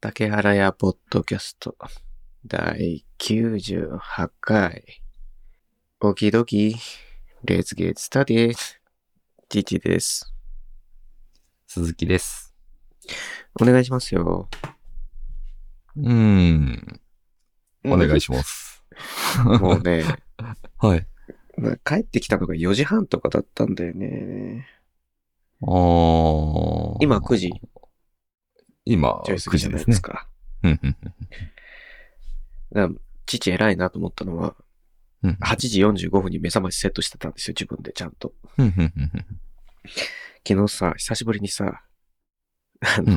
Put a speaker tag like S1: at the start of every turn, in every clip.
S1: 竹原屋ポッドキャスト第98回。おきどき、Let's get started. 父です。
S2: 鈴木です。
S1: お願いしますよ。
S2: うーん。お願い
S1: し
S2: します。
S1: ます。 もうね、
S2: はい。
S1: 帰ってきたのが4時半とかだったんだよね。
S2: あー
S1: 今9時、
S2: 今、
S1: ちょい過
S2: 9
S1: ぎじゃ
S2: 時で
S1: ない
S2: す
S1: で
S2: ね
S1: す。か。
S2: うんうん
S1: だから父偉いなと思ったのは、
S2: うんうん
S1: 8時45分に目覚ましセットしてたんですよ、自分でちゃんと。
S2: うんうんうんうん
S1: 昨日さ、久しぶりにさ、あ
S2: う
S1: の、
S2: ん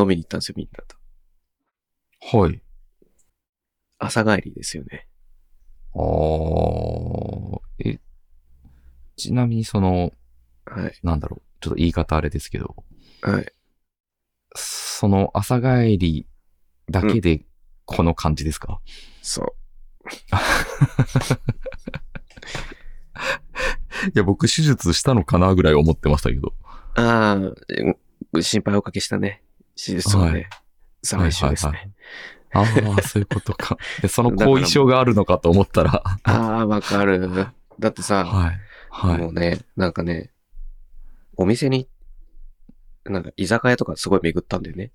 S1: 飲みに行ったんですよ、みんなと。
S2: はい。
S1: 朝帰りですよね。
S2: あーえ、ちなみにその、
S1: はい。
S2: なんだろう、ちょっと言い方あれですけど、
S1: はい。
S2: その朝帰りだけでこの感じですか、
S1: そう。
S2: いや、僕手術したのかなぐらい思ってましたけど。
S1: ああ、え心配おかけしたね。手術を
S2: は
S1: ね
S2: い。
S1: 再来週ですね。
S2: ああ、そういうことか。 でその後遺症があるのかと思ったら。
S1: ああ、わかる。だってさ、
S2: はい。はい。
S1: もうね、なんかね、お店に、なんか居酒屋とかすごい巡ったんだよね。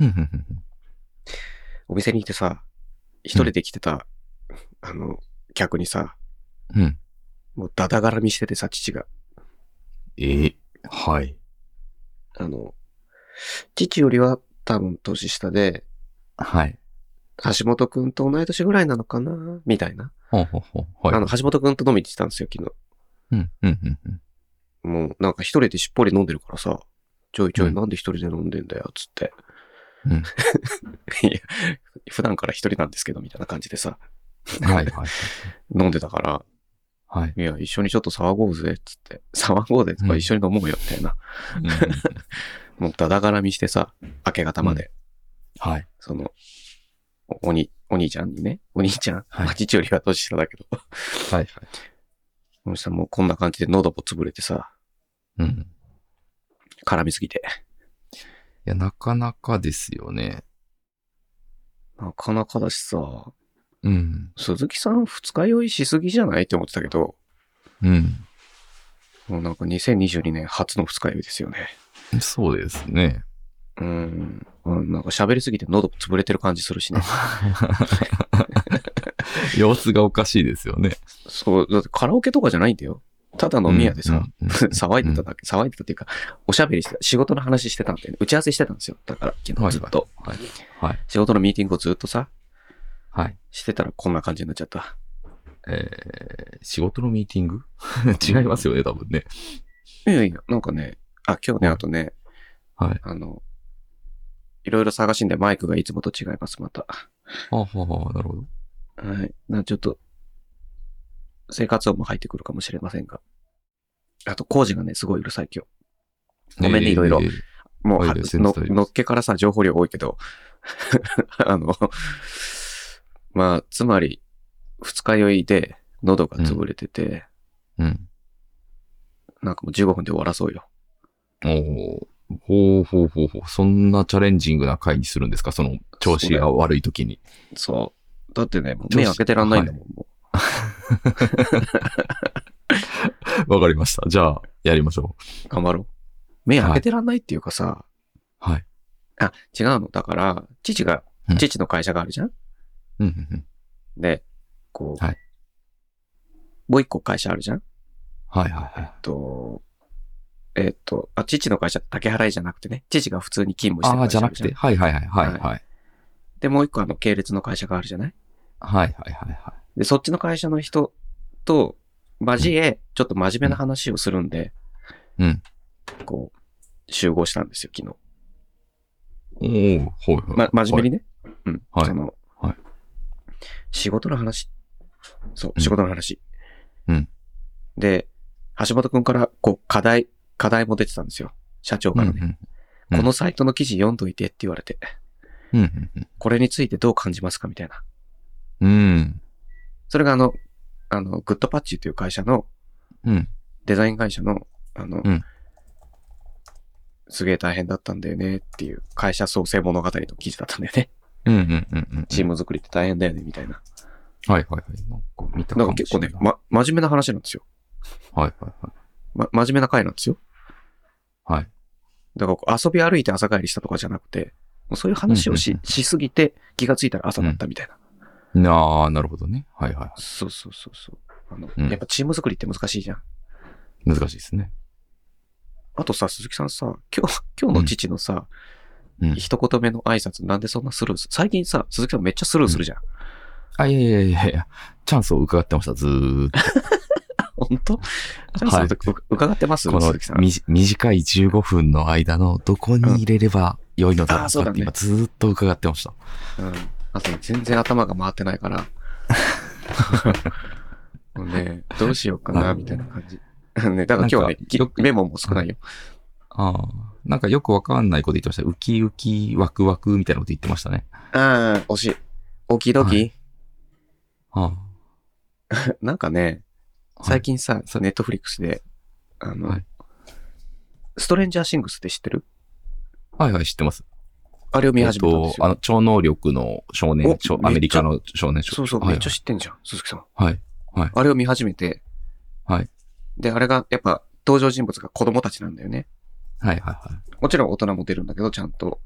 S2: うんうんうんうん
S1: お店にいてさ、一人で来てた、あの、客にさ、
S2: うん。
S1: もうダダ絡みしててさ、父が。
S2: えはい。
S1: あの、父よりは多分年下で、
S2: はい。
S1: 橋本くんと同い年ぐらいなのかなみたいな。
S2: ほうほうほう。はい。
S1: あの、橋本くんと飲みに行ってたんですよ、昨日。
S2: うん、うん、うんうん。
S1: もうなんか一人でしっぽり飲んでるからさ、ちょいちょ
S2: う
S1: い
S2: ん
S1: なんで一人で飲んでんだよ、つって。
S2: うん。
S1: いや、普段から一人なんですけど、みたいな感じでさ、
S2: はい、はい。
S1: 飲んでたから、
S2: はい。
S1: いや、一緒にちょっと騒ごうぜ、つって。騒ごうぜ、とか
S2: うん
S1: 一緒に飲もうよ、みたいな。
S2: うんうん
S1: もうダダ絡みしてさ、明け方まで、
S2: はい。
S1: その、おおに、お兄ちゃんにね、お兄ちゃん、
S2: はい
S1: まあ父よりは年下だけど、
S2: はい。
S1: そしたらもうこんな感じで喉も潰れてさ、
S2: うん。
S1: 絡みすぎて。
S2: いや、なかなかですよね。
S1: なかなかだしさ、
S2: うん。
S1: 鈴木さん二日酔いしすぎじゃないって思ってたけど、
S2: うん。
S1: もうなんか2022年初の二日酔いですよね。
S2: そうですね。
S1: うん。うんなんか喋りすぎて喉潰れてる感じするしね。
S2: 様子がおかしいですよね。
S1: そう、だってカラオケとかじゃないんだよ。ただ飲み屋でさ、
S2: う ん
S1: 騒いでただけ、騒いでたっていうか、おしゃべりしてた、仕事の話してたんだよね。打ち合わせしてたんですよ。だから昨
S2: は
S1: 日
S2: い
S1: ずっと。
S2: はい。はい。
S1: 仕事のミーティングをずっとさ、
S2: はい。
S1: してたらこんな感じになっちゃった。
S2: えー、仕事のミーティング 違いますよね、多分ね。
S1: いやいや、なんかね、あ、今日ね、
S2: はい
S1: あとね、
S2: はい。
S1: あの、いろいろ探しんでマイクがいつもと違います、また。
S2: あはは、なるほど。
S1: はい。なちょっと、生活音も入ってくるかもしれませんが。あと、工事がね、すごいうるさい、今日。ごめんね、いろいろ
S2: えー。
S1: もう、
S2: はい
S1: は
S2: 全然
S1: の
S2: 大丈夫です
S1: のっけからさ、情報量多いけど。 あの、まあ、つまり、二日酔いで、喉が潰れてて、
S2: うん。
S1: なんかもう15分で終わらそうよ。
S2: おーほうほうほうほう。そんなチャレンジングな回にするんですかその調子が悪い時に。
S1: そう。だってね、もう
S2: ちょ
S1: 目開けてらんないんだもん、も
S2: わかりました。じゃあ、やりましょう。
S1: う頑張ろう。目開けてらんないっていうかさ、
S2: はい。
S1: あ、違うの。だから、父が
S2: う、ん
S1: 父の会社があるじゃん
S2: うんうんうん。
S1: で、こう、
S2: はい
S1: もう一個会社あるじゃんえっ
S2: はいはいはい。
S1: と、えっと、あ、父の会社、竹原井じゃなくてね、父が普通に勤務して
S2: あ
S1: る
S2: あ、
S1: 会
S2: じ
S1: 社
S2: ゃ
S1: あ
S2: な
S1: る
S2: く
S1: じゃん。
S2: て。はいはいはいはいはい。はい
S1: で、もう一個あの、系列の会社があるじゃない
S2: はいはいは
S1: で、そっちの会社の人と交え、ちょっと真面目な話をするんで、
S2: い。うん。
S1: こう、集合したんですよ、昨日。
S2: おーほいほい。
S1: ま、真面目に
S2: に。
S1: ね。うん。
S2: はい
S1: その、
S2: はい
S1: 仕事の話。そうう、
S2: ん
S1: 仕事の話。
S2: うんで、
S1: で、橋本くんから、こう、課題、課題も出てたんですよ。社長からね。
S2: うん
S1: このサイトの記事読んどいてって言われて、
S2: うんうん
S1: これについてどう感じますかみたいな。
S2: うん。うん。
S1: それがあの、あの、グッドパッチという会社の、
S2: うん。
S1: デザイン会社の、あの、
S2: うん
S1: すげえ大変だったんだよねっていう、会社創生物語の記事だったんだよね。
S2: うんうんうんうん。
S1: チーム作りって大変だよね、みたいな。
S2: はいはいはい。なんか見
S1: だ
S2: たか
S1: から
S2: も
S1: 結
S2: しれ
S1: 構
S2: ない。
S1: ね、ま、真面目な話なんですよ。
S2: はいはいはい。
S1: ま、真面目な回なんですよ。
S2: はい。
S1: だからこう遊び歩いて朝帰りしたとかじゃなくて、もうそういう話を
S2: うん
S1: し
S2: うん
S1: しすぎて気がついたら朝だったみたいな。
S2: なあ、なるほどね。はいはいは
S1: そうそうそうそう。あの、
S2: うん
S1: やっぱチーム作りって難しいじゃん。
S2: い。難しいですね。
S1: あとさ、鈴木さんさ、今日、今日の父のさ、
S2: うん。
S1: 一言目の挨拶なんでそんなスルーする最近さ、鈴木さんめっちゃスルーするじゃん。
S2: あ、いやいやいやいや、チャンスを伺ってました、ずーっと。
S1: 本当じゃあ、
S2: はい
S1: その時う伺ってます
S2: この
S1: 鈴木さん。
S2: みじ短い15分の間のどこに入れれば良いのだろ
S1: あー
S2: う
S1: そうだ
S2: かっ
S1: ね
S2: て今ずーっと伺ってました。
S1: うん。あとね、全然頭が回ってない から。もうね、どうしようかな、みたいな感じ。 ね、だから今日はね
S2: なんか、
S1: き
S2: よく
S1: メモも少ないよ。
S2: ああ、なんかよくわかんないこと言ってました。ウキウキ、ワクワクみたいなこと言ってましたね。
S1: ああ、惜しい。オキドキ、
S2: はあ
S1: なんかね、
S2: あ。
S1: 最近さ、ネットフリックスで、あの、
S2: はい
S1: ストレンジャーシングスって知ってる
S2: はい。はいはい、知ってます。
S1: あれを見始めたんですよ。
S2: えっと、あの、超能力の少
S1: お
S2: 年、超アメリカの少年少
S1: そうそう、
S2: はい
S1: めっちゃ知ってんじゃん、鈴木さん。
S2: はい。
S1: あれを見始めて、
S2: はい。
S1: で、あれが、やっぱ、登場人物が子供たちなんだよね。
S2: はいはいは
S1: もちろん大人も出るんだけど、ちゃんと。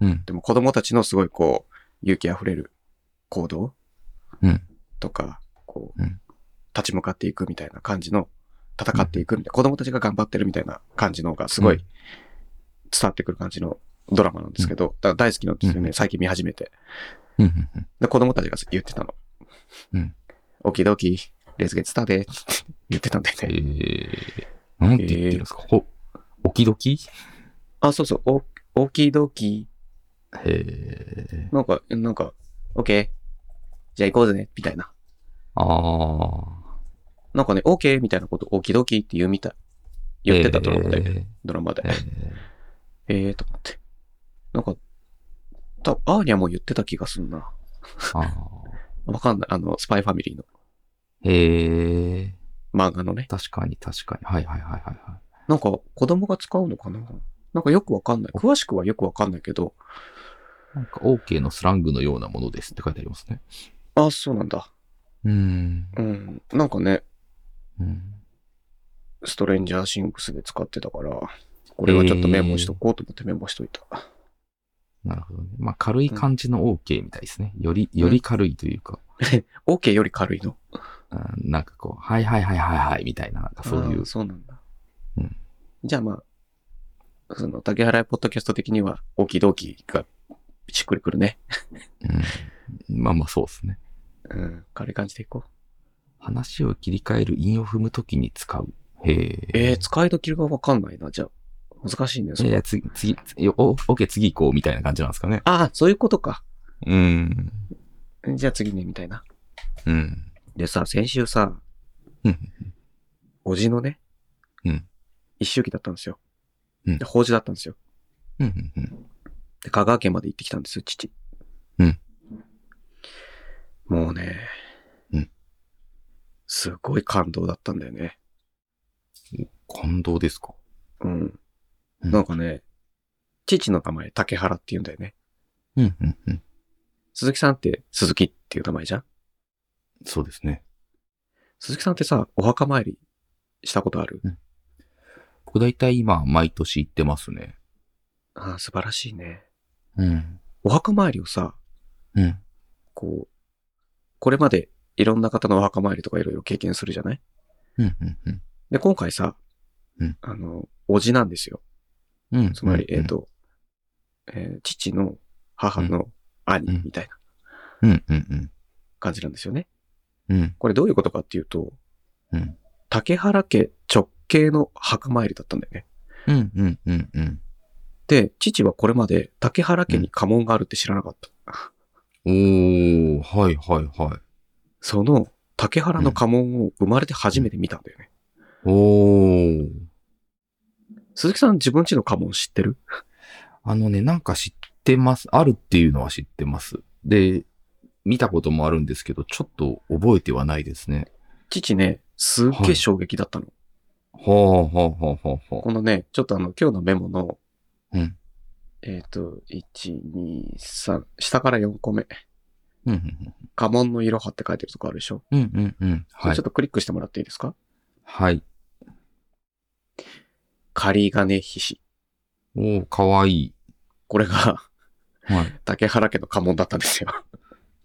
S2: い。うん。
S1: でも子供たちのすごいこう、勇気あふれる行動
S2: うん
S1: とか、こう、
S2: うん
S1: 立ち向かっていくみたいな感じの、戦っていくみたいな、子供たちが頑張ってるみたいな感じの方がすごい
S2: うん
S1: 伝わってくる感じのドラマなんですけど、だから大好きなんですよね、最近見始めて。
S2: うんうんうん。
S1: で、子供たちが言ってたの。
S2: うん。
S1: オキドキ、レズゲッツタで、って言ってたんだよ
S2: え
S1: ね。
S2: ー、なんて言ってるんですか、ほ、おきどき
S1: あ、そうそう、お、オキドキ、
S2: へー。
S1: なんか、なんか、オッケー、じゃあ行こうぜね、みたいな。
S2: あー。
S1: なんかね、OK みたいなこと、オキドキって言うみたい。言ってたと思って、ドラマで
S2: えー。え
S1: えーと思って。なんか、たアーニャも言ってた気がすんな。
S2: ー、あ
S1: わかんない。あの、スパイファミリーの
S2: ー。へー。
S1: 漫画のね。
S2: 確かに確かに。はいはいはいはいはい。
S1: なんか、子供が使うのかななんかよくわかんない。詳しくはよくわかんないけど、
S2: なんか OK のスラングのようなものですって書いてありますね。
S1: あ、そうなんだ。
S2: うーん。
S1: うん。なんかね、
S2: うん。
S1: ストレンジャーシングスで使ってたから、これはちょっとメモしとこうと思ってメモしといた。
S2: なるほどね。まあ軽い感じの OK みたいですね。より、より軽いというか、
S1: OK より軽いの。
S2: うんなんかこう、はいはいはいはいはいみたいな、なんかそうい
S1: あ
S2: う
S1: ー。そうなんだ。
S2: うん
S1: じゃあまあ、その、竹原ポッドキャスト的には、オキドキがしっくりくるね。
S2: うん、まあまあそうですね。
S1: うん。軽い感じでいこう。
S2: 話を切り替える韻を踏むときに使う。へえ。
S1: えー、使い時がわかんないな。じゃあ、難しいね。そ
S2: い
S1: れ
S2: や、次、次、次お、オッケー、次行こう、みたいな感じなんですかね。
S1: ああ、そういうことか。
S2: うん。
S1: じゃあ次ね、みたいな。
S2: うん。
S1: でさ、先週さ、
S2: うん。
S1: おじのね、
S2: うん。
S1: 一周期だったんですよ。
S2: うん
S1: で、法事だったんですよ。
S2: うん。うん。
S1: で、香川県まで行ってきたんですよ、父。
S2: うん。
S1: もうね。
S2: うん。
S1: すごい感動だったんだよね。
S2: 感動ですか
S1: うん。
S2: うん
S1: なんかね、父の名前、竹原って言うんだよね。
S2: うん。うん。うん。
S1: 鈴木さんって鈴木っていう名前じゃん
S2: そうですね。
S1: 鈴木さんってさ、お墓参りしたことある
S2: 僕大体今、毎年行ってますね。
S1: ああ、素晴らしいね。
S2: うん。
S1: お墓参りをさ、
S2: うん。
S1: こう、これまでいろんな方のお墓参りとかいろいろ経験するじゃない
S2: うん。うん。うん。
S1: で、今回さ、
S2: うん
S1: あの、おじなんですよ。
S2: うん。
S1: つまり、
S2: うん
S1: えっ、。と、えー父の母の兄みたいな
S2: うん。うん。
S1: 感じなんですよね。
S2: うん。
S1: これどういうことかっていうと、
S2: うん
S1: 竹原家直系の墓参りだったんだよね。
S2: うん。うん。うん。うん。
S1: で、父はこれまで竹原家に家紋があるって知らなかった。
S2: おー、はいはいはい。
S1: その竹原の家紋を生まれて初めて見たんだよね。
S2: おー。
S1: 鈴木さん自分家の家紋知ってる
S2: あのね、なんか知ってます。あるっていうのは知ってます。で、見たこともあるんですけど、ちょっと覚えてはないですね。
S1: 父ね、すっげえ衝撃だったの。
S2: はあ、はあ、はあ、はあ、は
S1: このね、ちょっとあの今日のメモの
S2: うん。
S1: えっ、と、1、2、3。下から4個目。
S2: うんうん
S1: 家紋のいろはって書いてるとこあるでしょ、
S2: うん。うんうんうん。は
S1: ちょ
S2: い
S1: っ。とクリックしてもらっていいですか
S2: はい。
S1: 仮金菱
S2: おー、かわいい。
S1: これが
S2: はい。
S1: 竹原家の家紋だったんですよ。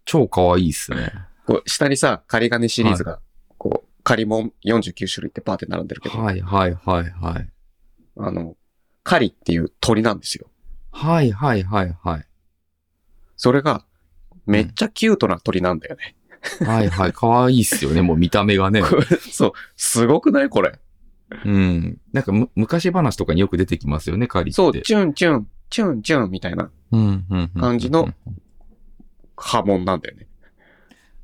S2: 超かわいいっすね。
S1: こう下にさ、仮金シリーズが、こう、仮紋49種類ってパーって並んでるけど、
S2: はいはいはいはい。
S1: あの、狩りっていう鳥なんですよ。
S2: はいはいはいはい。
S1: それが、めっちゃキュートな鳥なんだよね。
S2: はいはい。 かわいいっすよね。もう見た目がね。
S1: これ そう、すごくないこれ。
S2: うん。なんかむ、昔話とかによく出てきますよね、カリって。
S1: そう、チュンチュン、チュンチュンみたいな
S2: うんうんうん。
S1: 感じの。波紋なんだよね。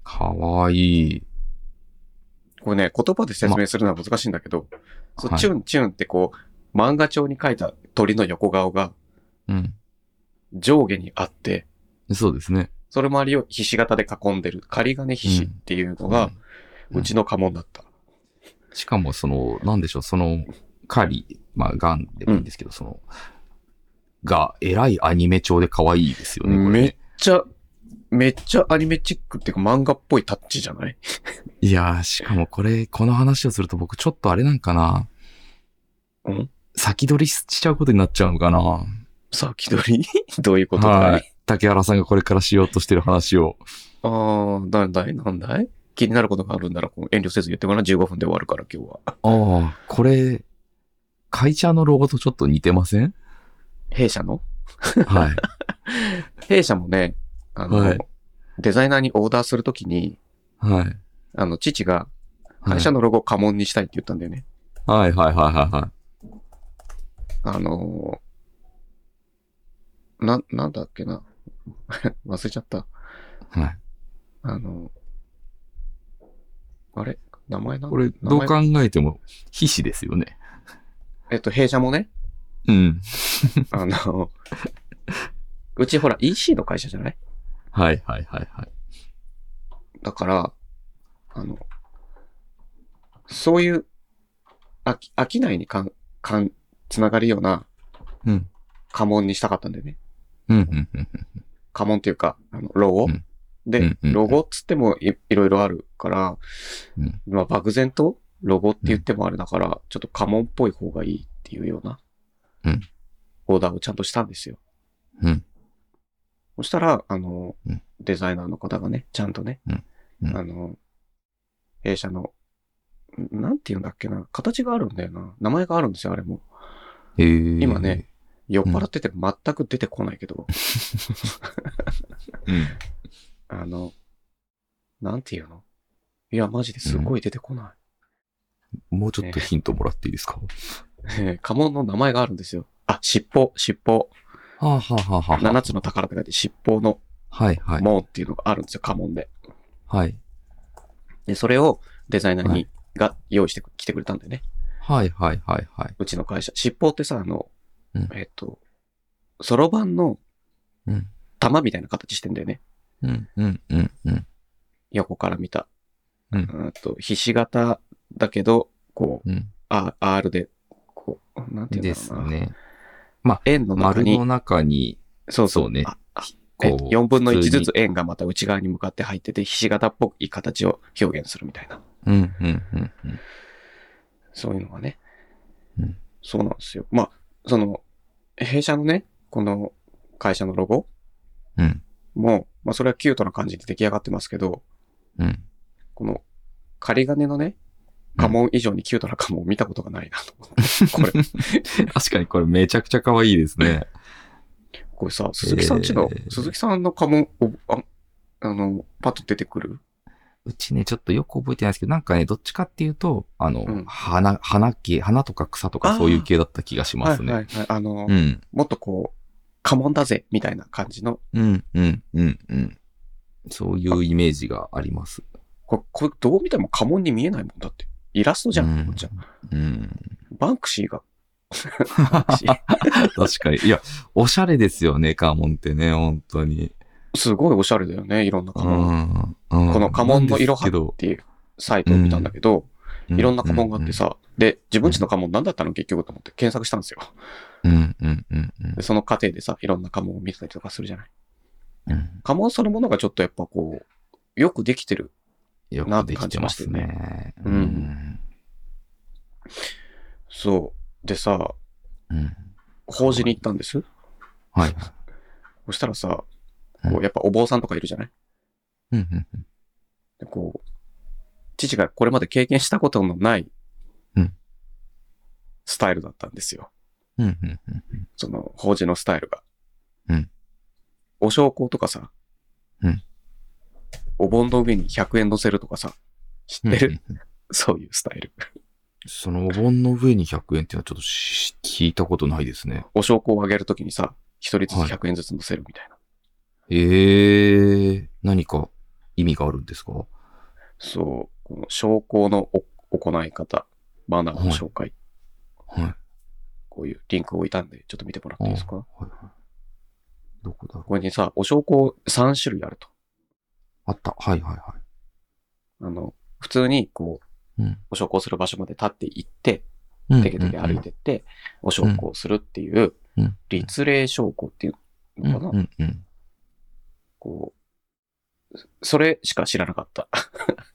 S2: かわいい。
S1: これね、言葉で説明するのは難しいんだけど、そう
S2: はい
S1: チュンチュンってこう、漫画帳に描いた鳥の横顔が
S2: うん。
S1: 上下にあって、
S2: そうですね。
S1: それ周りをひし形で囲んでる、仮金ひしっていうのが、
S2: うん
S1: うちの家紋だった。
S2: しかも、その、なんでしょう、その、カリ、まあ、ガンでもいいんですけど、その、が、えらいアニメ調で可愛いですよね、これ
S1: めっ
S2: ね。
S1: ちゃ、めっちゃアニメチックっていうか漫画っぽいタッチじゃない
S2: いやー、しかもこれ、この話をすると僕、ちょっとあれなんかな。
S1: ん
S2: 先取りしちゃうことになっちゃうのかな。
S1: 先取り どういうことだい、
S2: はい。竹原さんがこれからしようとしてる話を。
S1: あー、なんだいなんだい気になることがあるんならこう遠慮せず言ってごらん。15分で終わるから今日は。
S2: ああ、これ、会社のロゴとちょっと似てません
S1: 弊社の
S2: はい。
S1: 弊社もね、あの、
S2: はい
S1: デザイナーにオーダーするときに、
S2: はい。
S1: あの、父が会社のロゴを家紋にしたいって言ったんだよね。
S2: はいはいはいはいは
S1: あのーな、なんだっけな。 忘れちゃった。
S2: い。はい、
S1: あのあれ名前なん
S2: これ、
S1: 名
S2: どう
S1: 前
S2: 考えても、皮脂ですよね。
S1: えっと、弊社もね、
S2: うん。
S1: あの、うちほら EC の会社じゃない
S2: はいはいはいはい。
S1: だから、あの、そういう、あき、飽きないにかん、かん、つながるような
S2: うん。
S1: 家紋にしたかったんだよね。
S2: うんうんうん
S1: 家紋っていうか、あの、ロゴ、
S2: うんうん
S1: で
S2: うん、うん
S1: ロゴっつってもいいろいろあるから、
S2: うん
S1: まあ、漠然とロゴって言ってもあれだから、ちょっと家紋っぽい方がいいっていうような、
S2: うん
S1: オーダーをちゃんとしたんですよ。
S2: うん
S1: そしたら、あの、
S2: うん
S1: デザイナーの方がね、ちゃんとね、
S2: うんうん
S1: あの、弊社の、んなんて言うんだっけな、形があるんだよな。名前があるんですよ、あれも。
S2: えー、
S1: 今ね。酔っ払ってて全く出てこないけど、
S2: うん。
S1: あの、なんて言うのいや、マジですごい出てこない。
S2: もうちょっとヒントもらっていいですか、
S1: えー 家紋の名前があるんですよ。あ、尻尾、尻尾。
S2: はあはあはあはあ。
S1: 七つの宝って書いて尻尾の
S2: はいはい。
S1: 門っていうのがあるんですよ、家紋で。
S2: はい。
S1: で、それをデザイナーに、
S2: は
S1: が用意してきてくれたんでね。
S2: はいはいはいはい。
S1: うちの会社。尻尾ってさ、あの、
S2: うん
S1: えっ、と、そろばんの
S2: うん。
S1: 玉みたいな形してんだよね。
S2: うんうんうんうん。
S1: 横から見た。
S2: うん
S1: んと、ひし形だけど、こう、
S2: うん。
S1: あ R で、こう、なんていうん
S2: で
S1: だろう
S2: す
S1: な。
S2: ね。
S1: 円の中
S2: 丸
S1: に
S2: の、中に、
S1: そうそう
S2: そうね
S1: ああえ
S2: こう。
S1: 4分の1ずつ
S2: 普通に。
S1: 円がまた内側に向かって入ってて、ひし形っぽい形を表現するみたいな。
S2: うんうんうんうん。
S1: そういうのがね。
S2: うん
S1: そうなんですよ。まあ、その、弊社のね、この会社のロゴ
S2: うん
S1: も、まあ、それはキュートな感じで出来上がってますけど、
S2: うん。
S1: この、仮金のね、家紋以上にキュートな家紋を見たことがないな と思って。これ、
S2: 確かにこれめちゃくちゃ可愛いですね。
S1: これさ、鈴木さんちの、
S2: えー
S1: 鈴木さんの家紋を、ああの、パッと出てくる
S2: うちね、ちょっとよく覚えてないですけど、なんかね、どっちかっていうと、あの、
S1: うん
S2: 花、花系、花とか草と
S1: あ
S2: か
S1: ー
S2: そういう系だった気がしますね。
S1: はいはいはい。あの、
S2: うん。
S1: もっとこう、家紋だぜ、みたいな感じの、
S2: うん、うん、うん、うん。そういうイメージがあります。
S1: これ、これどう見ても家紋に見えないもんだって。イラストじゃん、
S2: うん
S1: じゃん
S2: うん。
S1: バンクシーが。バンクシー
S2: 確かに。いや、おしゃれですよね、家紋ってね、本当に。
S1: すごいおしゃれだよね、いろんな
S2: う
S1: 家紋。
S2: ん。
S1: この家紋のいろは
S2: ど
S1: っ、ていうサイトを見たんだけど、いろんな家紋があって
S2: う
S1: さ、で、自分ちの家紋何だったの結局と思って検索したんですよ。
S2: ううん、うん、うん、うん
S1: でその過程でさ、いろんな家紋を見てたりとかするじゃない。
S2: うん。
S1: 家紋そのものがちょっとやっぱこう、よくできてる。
S2: よくできてますね。
S1: なって感じましたよそう。でさ、
S2: うん。うん。
S1: 法事に行ったんです。
S2: はい。
S1: そしたらさ、
S2: う
S1: こ
S2: ん
S1: うやっぱお坊さんとかいるじゃない
S2: うん、うんうん。
S1: でこう、父がこれまで経験したことのない
S2: うん、
S1: スタイルだったんですよ。
S2: うん、うん、うん。
S1: その、法事のスタイルが。
S2: うん。
S1: お焼香とかさ、
S2: うん。
S1: お盆の上に100円乗せるとかさ、知ってる、
S2: うんうん
S1: そういうスタイル。
S2: そのお盆の上に100円っていうのはちょっとし聞いたことないですね。
S1: お焼香をあげるときにさ、一人ずつ
S2: はい
S1: 100円ずつ乗せるみたいな。
S2: ええー、何か意味があるんですか
S1: そう、この焼香のお行い方、マナーの紹介、
S2: はい。はい
S1: こういうリンクを置いたんで、ちょっと見てもらっていいですか
S2: はいどこだろう
S1: これにさ、お焼香3種類あると。
S2: あった。はいはいは
S1: あの、普通にこう、
S2: い。うん。
S1: お焼香する場所まで立って行って、
S2: うん
S1: テケテケ歩いてって、お焼香するっていう
S2: うん、
S1: 立礼焼香っていう
S2: うん
S1: の
S2: う
S1: か
S2: ん
S1: な、
S2: うんうん。
S1: こう、それしか知らなかった。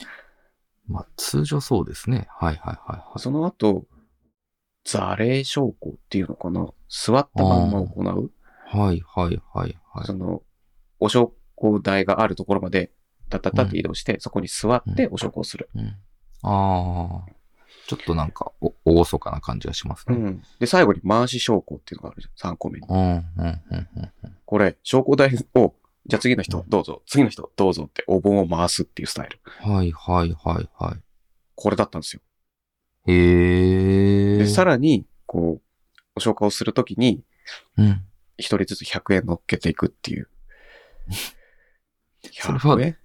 S2: まあ、通常そうですね。はいはいはい
S1: その後、座礼焼香っていうのかな座ったまんま行う
S2: はい。はいはいはいはい
S1: そ。の、お焼香台があるところまで、タッタッタって移動して、そこに座ってお焼香する。
S2: うん、ああ。ちょっとなんか、お、おごそかな感じがします
S1: う
S2: ね。
S1: ん。で、最後に回し焼香っていうのがあるじゃん。3個目に。
S2: うん、うん、うん、うん。
S1: これ、焼香台を、じゃあ次の人どうぞ、次の人どうぞってお盆を回すっていうスタイル。
S2: はいはいはいは
S1: これだったんですよ。
S2: い。へえ。
S1: で、さ
S2: ら
S1: らに、こう、お消化をするときに、
S2: うん。
S1: 一人ずつ100円乗っけていくって いう。
S2: それは
S1: 100円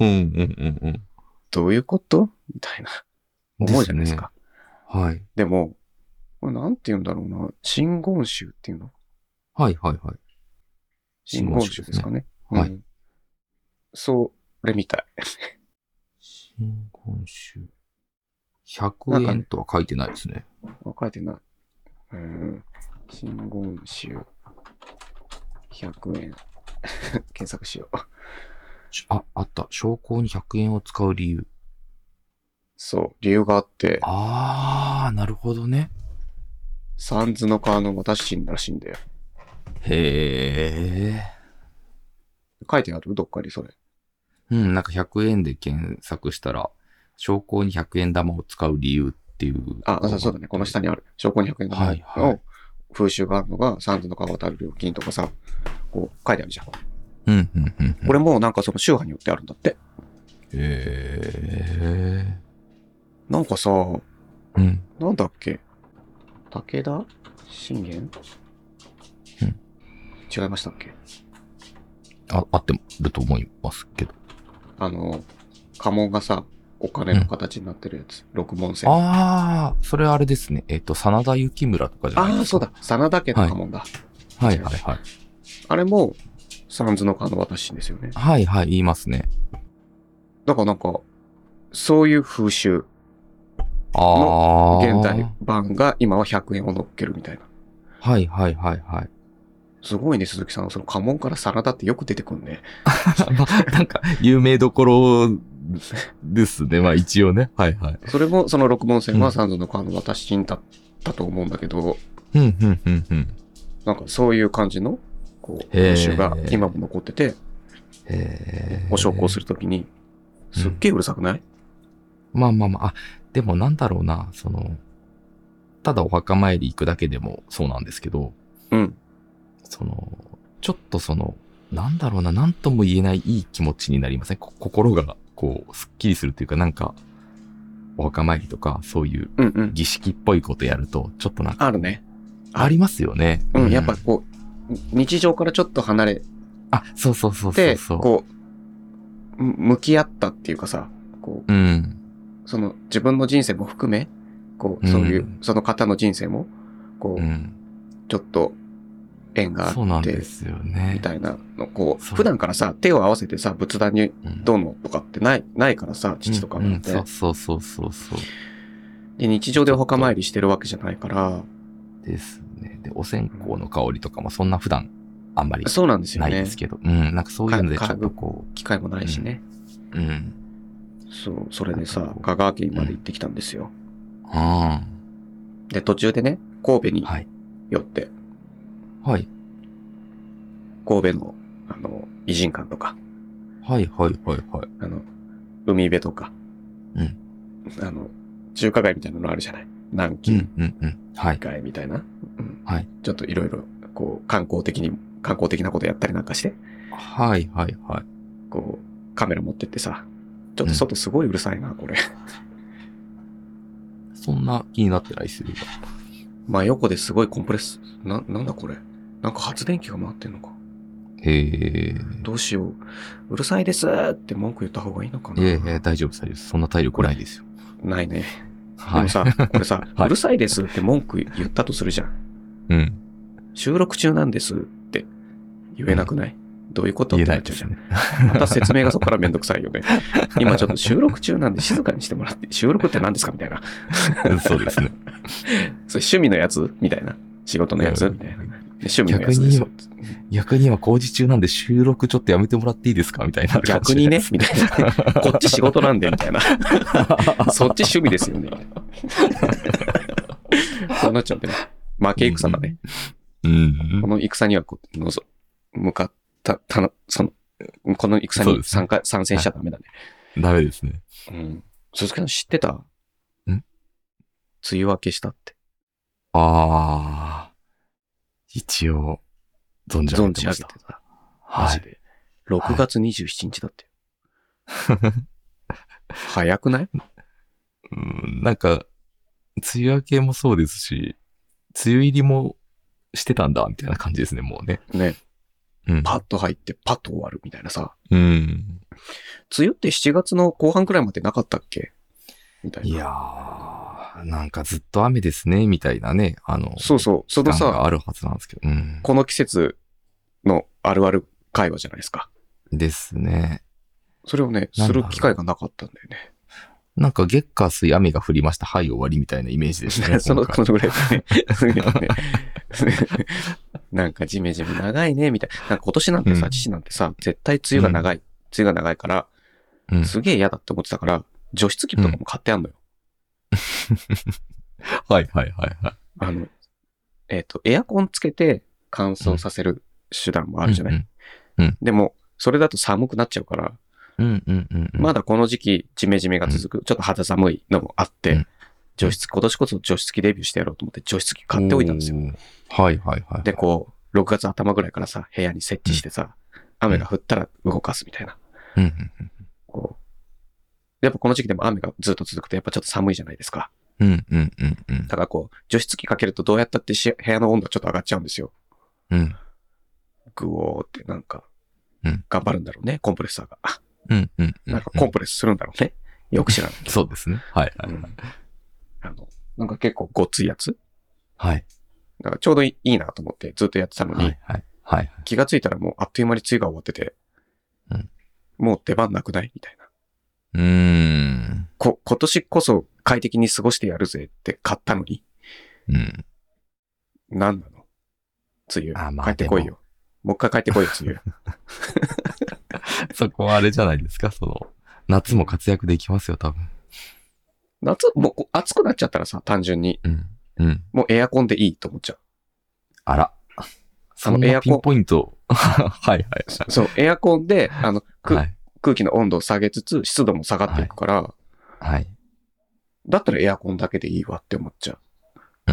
S2: うんうんうんうん。
S1: どういうことみたいな。思うじゃないですか。
S2: はい。
S1: でも、これなんて言うんだろうな。真言宗っていうの
S2: はいはいはい。
S1: 真言宗ですかね。
S2: ねはい
S1: うんそう、れみたい。
S2: 真言宗。100円とは書いてないですね。
S1: わかれてない。うん。真言宗。100円。 検索しよう。
S2: しあ、あった。証拠に100円を使う理由。
S1: そう、理由があって、
S2: あー、なるほどね。
S1: サンズの川の私死んだらしいんだよ。
S2: へ
S1: 書いてあるどっかにそれ。
S2: ー。うん、なんか100円で検索したら、証拠に100円玉を使う理由っていう。
S1: あ、そうそうだね。この下にある。証拠に100円
S2: は
S1: 玉
S2: いはい
S1: の風習があるのが、サンズの川を渡る料金とかさ、こう書いてあるじゃん。
S2: うん、うん、うん。
S1: これもなんかその宗派によってあるんだって。
S2: へ
S1: なんかさ、
S2: ー。うん。
S1: なんだっけ武田信玄
S2: うん
S1: 違いましたっけ
S2: あ、合ってると思いますけど。
S1: あの、家紋がさ、お金の形になってるやつ。六文銭。あ
S2: あー、それあれですね。えっ、と、真田幸村とかじゃ
S1: あ
S2: ない
S1: ー、
S2: ですか。
S1: そうだ。真田家の家紋だ。
S2: だ。はいはいはい。
S1: あれも、サンズの川の私ですよね。
S2: はいはい、言いますね。
S1: だからなんか、そういう風習、
S2: ああ。
S1: 現代版が今は100円を乗っけるみたいな。
S2: はいはいはいはい。
S1: すごいね、鈴木さん。その家紋からサラダってよく出てくん ね。
S2: まあ、なんか、有名どころですね。まあ一応ね。はいはい。
S1: それも、その六文銭
S2: う
S1: は
S2: ん
S1: サンズの川の私にだったと思うんだけど、
S2: うんうんうんうん。
S1: なんかそういう感じの、こう、
S2: へー
S1: 風習が今も残ってて、
S2: え
S1: お焼香
S2: る。
S1: するときに、
S2: うん
S1: すっげえうるさくない、
S2: まあまあまあ。あ、でもなんだろうな。その、ただお墓参り行くだけでもそうなんですけど、
S1: うん。
S2: その、ちょっとその、なんだろうな。なんとも言えないいい気持ちになりません。こ心が、こう、すっきりするというか、なんか、お墓参りとか、そういう
S1: うんうん。
S2: 儀式っぽいことやると、ちょっとなんか、
S1: あるね。
S2: ありますよね。
S1: うん、やっぱこう、日常からちょっと離れ
S2: あ、そうそうそうそ
S1: て、
S2: うそう。
S1: こう、む向き合ったっていうかさ、こ
S2: うん。
S1: う、その自分の人生も含め、こう、
S2: うん
S1: そういう、その方の人生も、こ
S2: う
S1: う、
S2: ん。
S1: ちょっと縁が
S2: そう
S1: あ
S2: な
S1: っ
S2: ん
S1: て
S2: で、すよね
S1: み。たいなの、こう、
S2: そう
S1: 普段からさ、手を合わせてさ、仏壇に
S2: うん
S1: どうのとかってない、ないからさ、父とか
S2: うん
S1: な
S2: うんん
S1: て。
S2: そうそうそうそうそう。
S1: で、日常でお墓参りしてるわけじゃないから、
S2: ですね。で、お線香の香りとかもそんな普段あんまり
S1: そうなんですよ
S2: ない
S1: ね
S2: で。すけど、うん、なんかそういうのでち
S1: か
S2: ょっとこ
S1: 機会もないしね。
S2: う、うん、
S1: そう、それで
S2: なんか
S1: さ
S2: こ、う
S1: 香川県まで行ってきたんですよ。
S2: あ
S1: で、途中でね、神戸に
S2: あ、はい、
S1: 寄って、
S2: はい、
S1: 神戸の、あの、偉人館とか、
S2: はい、はい、はい、はい。
S1: あの、海辺とか、
S2: う
S1: あの、中華街みたいなのあるじゃない南
S2: う
S1: 京
S2: ん、うん、うん、はい、
S1: 街みたいな。うん
S2: はい。
S1: ちょっといろいろ、こう、観光的に、観光的なことやったりなんかして、
S2: はい、はい、はい。
S1: こう、カメラ持ってってさ、ちょっと外すごいうるさいな、これ。
S2: そんな気になってないですよ、今
S1: 真横ですごいコンプレッス、な、なんだこれ。なんか発電機が回ってんのか。
S2: へえ。
S1: どうしよう。うるさいですって文句言った方がいいのかな。
S2: いやいや、大丈夫です、大丈夫です。そんな体力ないですよ。
S1: ないね。で
S2: は
S1: も
S2: い。
S1: さ、これ さ、
S2: はいう
S1: るさいですって文句言ったとするじゃん。
S2: うん。
S1: 収録中なんですって言えなくない、どういうことっ
S2: 言え
S1: て
S2: な
S1: なっ
S2: い
S1: ち
S2: で
S1: ゃうじ
S2: す
S1: ゃん。
S2: ね。
S1: また説明がそこからめんどくさいよね。 今ちょっと収録中なんで静かにしてもらって、収録って何ですかみたいな。
S2: そうです ね。
S1: それ趣味のやつみたいな。仕事のやつみたいな。で趣味のやつですよ。
S2: 逆に今工事中なんで収録ちょっとやめてもらっていいですかみたいな。
S1: 逆にね、。みたいな。こっち仕事なんで、み たいな。そっち趣味ですよね。そうなっちゃうんでね。負け戦だね。
S2: うん
S1: こ。の戦にはこうのぞ、向かった、たの、その、この戦
S2: そう
S1: に
S2: です
S1: 参加、参戦しちゃダメだね。
S2: ダメですね。
S1: うん。鈴木さん知ってたん梅雨明けしたって。
S2: ああ。一応、存じ上
S1: 存
S2: げ
S1: じ
S2: て
S1: 上
S2: ま
S1: げ
S2: してた。
S1: た。マ
S2: は
S1: ジ
S2: い。
S1: で。6月27日だって。早くない
S2: うんなんか、梅雨明けもそうですし、梅雨入りもしてたんだ、みたいな感じですね、もうね。
S1: ね。
S2: うん。
S1: パッと入って、パッと終わるみたいなさ。
S2: うん。
S1: 梅雨って7月の後半くらいまでなかったっけみたいな。
S2: いやー、なんかずっと雨ですね、みたいなね、あの、
S1: そうそう。その
S2: 期
S1: さ、
S2: 間があるはずなんですけど。うん。
S1: この季節のあるある会話じゃないですか。
S2: ですね。
S1: それをね、
S2: なん
S1: す
S2: だろう
S1: る機会がなかったんだよね。
S2: なんか月火水雨が降りました、はい、終わりみたいなイメージで した ね。
S1: その、
S2: 今
S1: こ
S2: 回
S1: のぐらいだね。なんかジメジメ長いね、みたいな。なんか今年なんて
S2: う
S1: さ、
S2: ん
S1: 父なんてさ、絶対梅雨が長い。梅雨が長いから、
S2: うん
S1: すげえ嫌だって思ってたから、除湿機とかも買ってあんのよ。
S2: はいはいはいはい。
S1: あの、えっと、エアコンつけて乾燥させる手段もあるじゃない。
S2: うん
S1: でも、それだと寒くなっちゃうから、
S2: うんうんうんうん。
S1: まだこの時期、ジメジメが続く、ちょっと肌寒いのもあっ
S2: う
S1: て
S2: ん、
S1: 除湿、今年こそ除湿機デビューしてやろうと思って、除湿機買っておいたんですよ。
S2: よ。はいはいはい。
S1: で、こう、6月頭ぐらいからさ、部屋に設置してさ、雨が降ったら動かすみたいな。
S2: うんうん
S1: こう。やっぱこの時期でも雨がずっと続くと、やっぱちょっと寒いじゃないですか。
S2: うんうんうんうん
S1: だからこう、除湿機かけるとどうやったってし部屋の温度ちょっと上がっちゃうんですよ。
S2: うん
S1: グオーってなんか
S2: うん、
S1: 頑張るんだろうね、コンプレッサーが。あ
S2: うんうんうん。
S1: なんかコンプレスするんだろうね。よく知らないけど。
S2: そうですね。はいは
S1: う
S2: い
S1: んあの、なんか結構ごっついやつ。
S2: はい。
S1: だからちょうどいいなと思ってずっとやってたの
S2: は
S1: に、
S2: いはい。はいはい。
S1: 気がついたらもうあっという間に梅雨が終わってて、
S2: うん
S1: もう出番なくないみたいな。
S2: うーん。
S1: こ、今年こそ快適に過ごしてやるぜって買ったのに、
S2: うん。
S1: 何なの梅
S2: あ
S1: 雨、
S2: まあ
S1: 帰ってこいよ。もう一回帰ってこいよ、 梅雨。
S2: そこはあれじゃないですか、その、夏も活躍できますよ、多分。
S1: 夏、もうこう暑くなっちゃったらさ、単純に。
S2: うん。うん。
S1: もうエアコンでいいと思っちゃう。
S2: あら。そ
S1: の
S2: の
S1: エ
S2: エ
S1: ア
S2: ア
S1: コン
S2: コン。ピンポイント。 はいはい。
S1: そう、エアコンで、あの、く
S2: はい。
S1: 空気の温度を下げつつ、湿度も下がっていくから、
S2: はい。
S1: だったらエアコンだけでいいわって思っちゃ
S2: う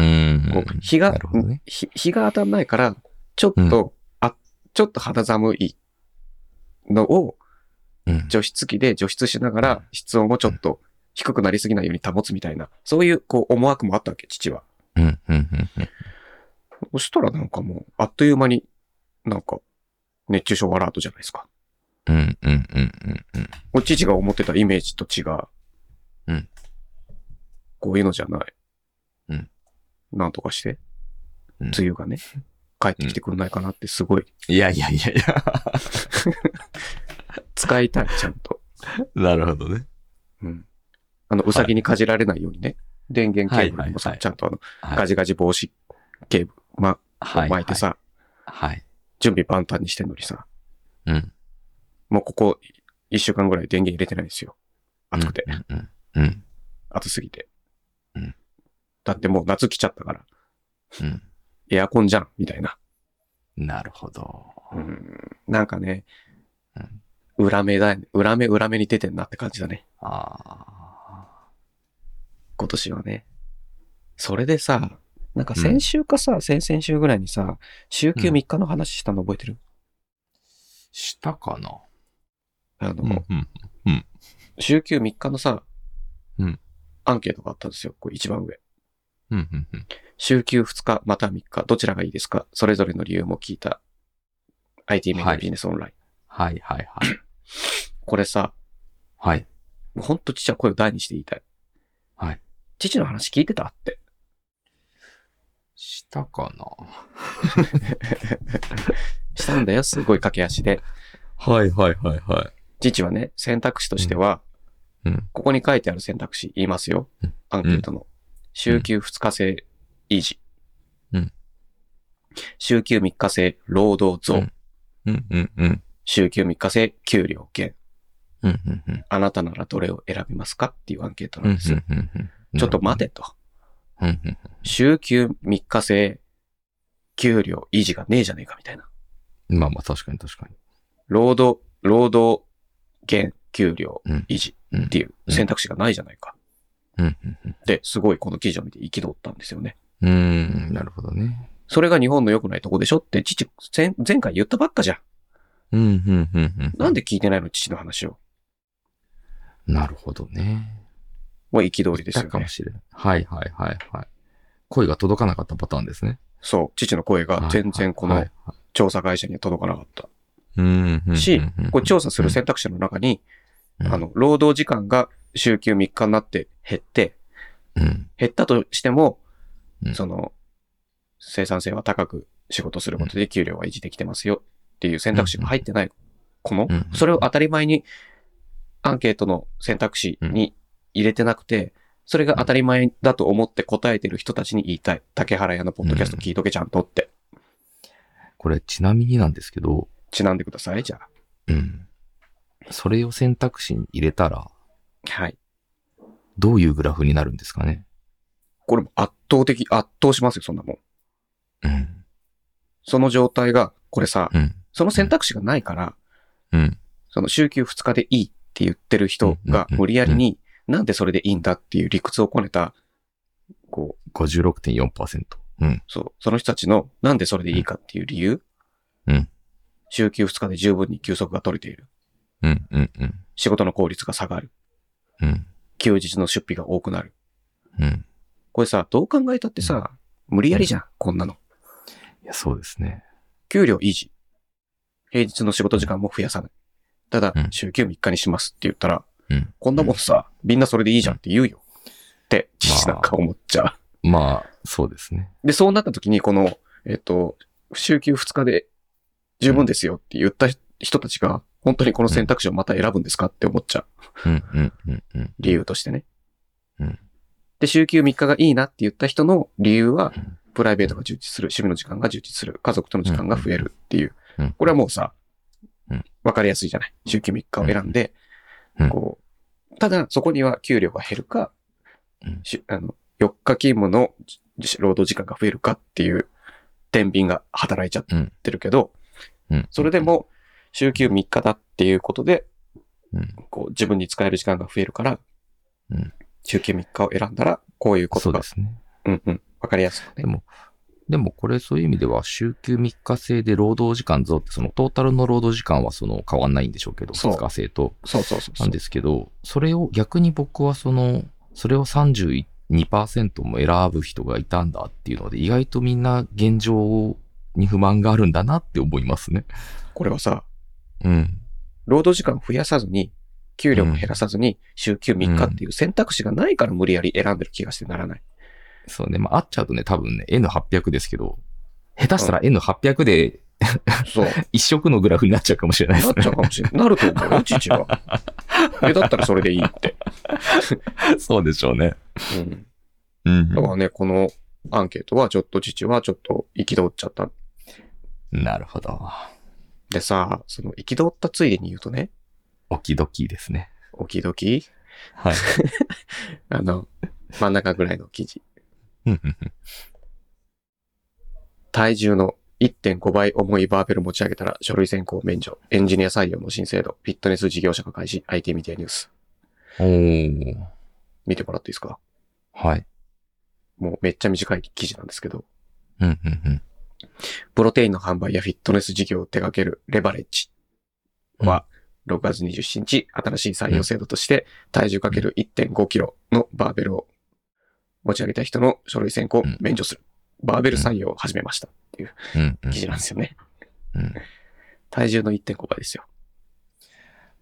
S1: う。
S2: ー
S1: こ
S2: ん
S1: う。日が、
S2: なるほどね
S1: 日、日が当たんないから、ちょっと、あ、ちょっと肌寒いのを
S2: うん。
S1: 除湿機で除湿しなが
S2: う
S1: ら
S2: ん、
S1: 室温をちょっと低くなりすぎないように保つみたいな、そういう、こう、思惑もあったわけ、父は。
S2: うん。うん。うん。
S1: そしたらなんかもう、あっという間に、なんか、熱中症アラートじゃないですか。
S2: うん。うん。うん。うん。うん。
S1: お父が思ってたイメージと違う。
S2: うん。
S1: こういうのじゃない。
S2: うん。
S1: なんとかして、
S2: うん
S1: 梅雨が ね、帰ってきてくんないかなってすごい、
S2: いやいやいやいや。
S1: 使いたい、ちゃんと。
S2: なるほどね。
S1: うん。あの、うさぎにかじられないようにね、電源ケーブルにもさ、
S2: はいはいはい
S1: ちゃんとあの、
S2: はい
S1: ガジガジ防止ケーブル、ま、
S2: はい。
S1: お前ってさ、
S2: はい。はい。
S1: 準備万端にしてんのにさ、
S2: うん。
S1: もうここ1週間ぐらい電源入れてないんですよ。暑くて、
S2: うん。うん。うん。
S1: 暑すぎて。
S2: うん
S1: だってもう夏来ちゃったから、
S2: うん
S1: エアコンじゃん、みたいな。
S2: なるほど。
S1: うんなんかね
S2: うん、
S1: 裏目だ、裏目裏目に出てんなって感じだね。
S2: ああ。
S1: 今年はね。それでさ、なんか先週かさ、先々週ぐらいにさ、週休3日の話したの覚えてる、
S2: したかな
S1: あの、
S2: うん。
S1: 週休3日のさ、
S2: うん
S1: アンケートがあったんですよ。これ一番上。
S2: うん。うん。うん。
S1: 週休2日、また3日、どちらがいいですかそれぞれの理由も聞いた。IT メディアビジネスオンライン。
S2: はいはいはい。
S1: これさ、
S2: はい。
S1: もうほんと父は声を大にして言いたい。
S2: はい。
S1: 父の話聞いてたって。
S2: したかな
S1: したんだよ、すごい駆け足で。
S2: はいはいはいは
S1: 父はね、選択肢としては、
S2: うんうん
S1: ここに書いてある選択肢言いますよ
S2: うん。
S1: アンケートの。週休2日制維持。
S2: うん
S1: 週休3日制労働増。
S2: うんい。うんうんうん。
S1: 週休3日制給料減。
S2: うんうんうん。
S1: あなたならどれを選びますかっていうアンケート
S2: う
S1: なんんです。
S2: うんうんうん。
S1: ちょっと待てと。
S2: うんうん
S1: 週休3日制給料維持がねえじゃねえかみたいな。
S2: うん。まあまあ確かに確かに。
S1: 労働、労働減給料維持
S2: うん
S1: っていう選択肢がないじゃないか。
S2: うんうんうん。
S1: で、すごいこの記事を見て憤ったんですよね。
S2: うーん、なるほどね。
S1: それが日本の良くないとこでしょって父、前前回言ったばっかじゃん。
S2: うん、うん、うん、うん。
S1: なんで聞いてないの父の話を。
S2: なるほどね。
S1: もう憤りです
S2: だ
S1: よ
S2: かも
S1: ね。
S2: しれない。はい、はい、はい、はい。声が届かなかったパターンですね。
S1: そう。父の声が全然こ
S2: は
S1: の
S2: いはい
S1: 調査会社には届かなかった。
S2: うんうんうん。
S1: し
S2: うんうん
S1: これ調査する選択肢の中に、
S2: うん
S1: あの、労働時間が週休3日になって減って、
S2: うん。
S1: 減ったとしても、
S2: うん
S1: その、生産性は高く仕事することで給料は維持できてますよっていう選択肢が入ってない、この
S2: うん、
S1: それを当たり前にアンケートの選択肢に入れてなくて、それが当たり前だと思って答えてる人たちに言いたい。竹原屋のポッドキャスト聞いとけちゃんとって、
S2: これちなみになんですけど、
S1: ちなんでください、じゃあ。
S2: うん。それを選択肢に入れたら、
S1: はい。
S2: どういうグラフになるんですかね。
S1: これも圧倒的、圧倒しますよ、そんなもん。
S2: うん。
S1: その状態が、これさ、
S2: うん。
S1: その選択肢がないから、
S2: うん。
S1: その週休2日でいいって言ってる人が
S2: うんうんうん
S1: 無理やりに、なんでそれでいいんだっていう理屈をこねた、こう、
S2: 56.4%。うん。
S1: そう、その人たちのなんでそれでいいかっていう理由。
S2: うん
S1: 週休2日で十分に休息が取れている。
S2: うん。うん。うん。
S1: 仕事の効率が下がる。
S2: うん。
S1: 休日の出費が多くなる。
S2: うん。
S1: これさ、どう考えたってさ、無理やりじゃん、こんなの。
S2: いや、そうですね。
S1: 給料維持。平日の仕事時間も増やさない。ただ
S2: うん、
S1: 週休3日にしますって言ったら、
S2: うん
S1: こんなもんさ、みんなそれでいいじゃんって言うよ。って、父 なんか思っちゃう。
S2: まあ、そうですね。
S1: で、そうなった時に、この、えっ、と、週休2日で十分ですよって言った人たちが、本当にこの選択肢をまた選ぶんですかって思っちゃう。
S2: うん。うん。うん。うん。
S1: 理由としてね。
S2: うん
S1: で、週休3日がいいなって言った人の理由は
S2: うん、
S1: プライベートが充実する、趣味の時間が充実する、家族との時間が増えるっていう
S2: うん。
S1: これはもうさ
S2: うん、
S1: わかりやすいじゃない。週休3日を選んで
S2: うん、
S1: こう、ただそこには給料が減るか
S2: うん、
S1: しあの4日勤務のじ労働時間が増えるかっていう、天秤が働いちゃってるけど、
S2: うん。
S1: それでも、週休3日だっていうことで、
S2: うん
S1: こう自分に使える時間が増えるから、
S2: うん
S1: 週休3日を選んだら、こういうこと
S2: そう
S1: が
S2: で、すね。
S1: うんうん、わかりやすく
S2: で
S1: ね。
S2: も、でもこれそういう意味では、週休3日制で労働時間増って、そのトータルの労働時間はその変わんないんでしょうけど、
S1: そう
S2: 2日制と。
S1: そうそうそうそ
S2: な。
S1: うん
S2: ですけど、それを逆に僕はその、それを32%も選ぶ人がいたんだっていうので、意外とみんな現状に不満があるんだなって思いますね。
S1: これはさ、
S2: うん。
S1: 労働時間を増やさずに、給料も減らさずに、週休3日っていう選択肢がないから無理やり選んでる気がしてならない。
S2: そうね。まあ、あっちゃうとね、多分ね、N800 ですけど、下手したら N800 で
S1: そう。
S2: 一色のグラフになっちゃうかもしれないで
S1: な
S2: す
S1: っちゃうかもしれない。なると思うよ、父は。 え、だったらそれでいいって。
S2: ね。そうでしょうね。
S1: うん。
S2: うん
S1: だからね、このアンケートはちょっと父はちょっと憤っちゃったん
S2: なるほど。
S1: でさ、その憤ったついでに言うとね、
S2: オキドキですね。
S1: おきどき、
S2: はい。
S1: あの、真ん中ぐらいの記事。
S2: うんうんうん
S1: 体重の1.5倍重いバーベル持ち上げたら書類選考免除。エンジニア採用の新制度。フィットネス事業者が開始。IT メディアニュース。
S2: おー。
S1: 見てもらっていいですか
S2: はい。
S1: もうめっちゃ短い記事なんですけど。
S2: うんうんうん。
S1: プロテインの販売やフィットネス事業を手掛けるレバレッジは、6月27日、新しい採用制度として、体重かける1.5キロのバーベルを持ち上げた人の書類選考を免除する。バーベル採用を始めましたっていう
S2: うんうん、
S1: 記事なんですよね。
S2: うん
S1: 体重の1.5倍ですよ。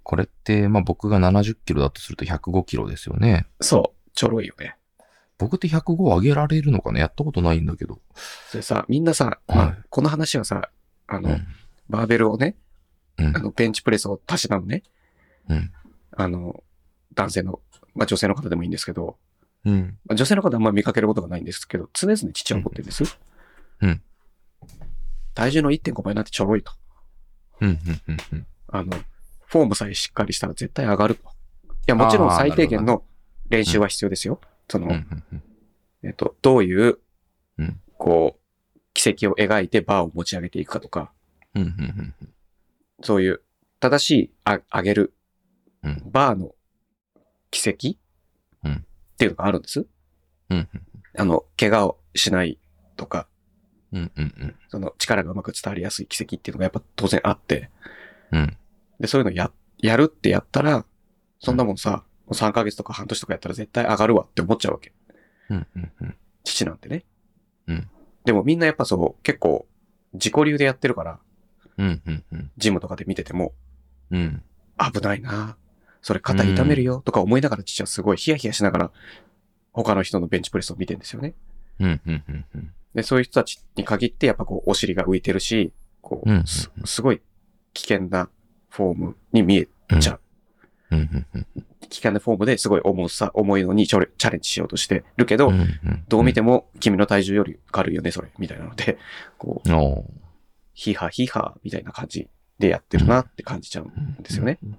S2: これって、まあ僕が70キロだとすると105キロですよね。
S1: そう、ちょろいよね。
S2: 僕って105上げられるのかなやったことないんだけど。
S1: それさ、みんなさ、
S2: はい
S1: まあこの話はさ、あの、
S2: うん
S1: バーベルをね、
S2: うん
S1: あの、ベンチプレスをたしなむね、
S2: うん
S1: あの、男性の、まあ、女性の方でもいいんですけど、
S2: うん。
S1: まあ女性の方あんま見かけることがないんですけど、常々父は怒ってるんです。
S2: うん
S1: 体重の1.5倍なんてちょろいと。
S2: うんうんうんうん。
S1: あの、フォームさえしっかりしたら絶対上がると。いや、もちろん
S2: あー
S1: 最低限
S2: な
S1: の練習は必要ですよ。その、
S2: うんうんうん
S1: えっと、どういう、
S2: うん
S1: こう、奇跡を描いてバーを持ち上げていくかとか、
S2: うんうんうんうん。
S1: そういう正しいあ上げる
S2: うん、
S1: バーの奇跡、
S2: うん
S1: っていうのがあるんです。
S2: うん
S1: あの、怪我をしないとか、
S2: うんうん
S1: その力がうまく伝わりやすい奇跡っていうのがやっぱ当然あって、
S2: うん。
S1: で、そういうのや、やるってやったら、そんなもんさ、もう3ヶ月とか半年とかやったら絶対上がるわって思っちゃうわけ。
S2: うんうんうん。
S1: 父なんてね。
S2: うん
S1: でもみんなやっぱそう、結構、自己流でやってるから、
S2: うんうんうん。
S1: ジムとかで見てても、
S2: うん。
S1: 危ないなそれ肩痛めるよとか思いながら父はすごいヒヤヒヤしながら、他の人のベンチプレスを見てんですよね。
S2: うんうんうんうん。
S1: で、そういう人たちに限って、やっぱこう、お尻が浮いてるし、こ
S2: うん
S1: う、すすごい危険なフォームに見えちゃう。
S2: うんうんうん。
S1: 危険なフォームですごい重さ、重いのにチョレチャレンジしようとしてるけど、
S2: うんん
S1: どう見ても君の体重より軽いよね、それ、みたいなので、こう、
S2: うん。おー
S1: ヒーハーヒーハーみたいな感じでやってるなって感じちゃう。
S2: うん
S1: ですよね。
S2: うん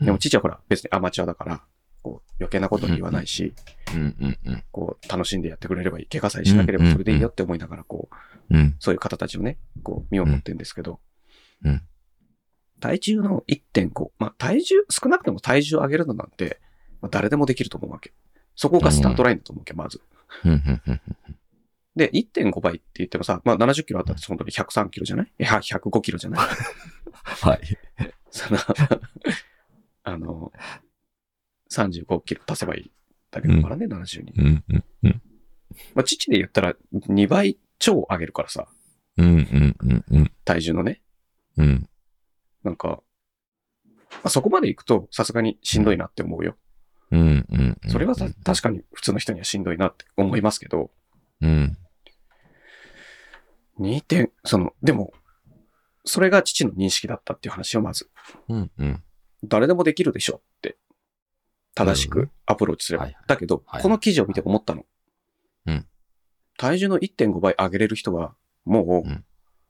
S1: でも父はほら、別にアマチュアだから、こう、余計なこと言わないし、
S2: うんうんうん。
S1: こう、楽しんでやってくれればいい。怪我さえしなければそれでいいよって思いながら、こう、
S2: うん
S1: そういう方たちをね、こう、見守ってるんですけど、
S2: うんうん
S1: 体重の1.5、まあ、体重、少なくとも体重を上げるのなんて、まあ、誰でもできると思うわけ。そこがスタートラインだと思うわけ、まず。
S2: うんうんうん
S1: で、1.5倍って言ってもさ、まあ、70キロあったら本当に103キロじゃないいや、105キロじゃない
S2: はい。
S1: その、 あの、35キロ足せばいいだけだからね、70に。
S2: うんうん
S1: まあ、父で言ったら2倍超上げるからさ、
S2: うんうんうんうん
S1: 体重のね。
S2: うん。
S1: なんか、まあ、そこまで行くとさすがにしんどいなって思うよ。
S2: うんうんうん。
S1: それはさ確かに普通の人にはしんどいなって思いますけど、
S2: うん。
S1: 2点、その、でも、それが父の認識だったっていう話をまず、
S2: うんうん。
S1: 誰でもできるでしょって、正しくアプローチすれば。
S2: はいはい
S1: だけど、
S2: はい
S1: この記事を見て思ったの。
S2: うん
S1: 体重の1.5倍上げれる人は、もう、
S2: うん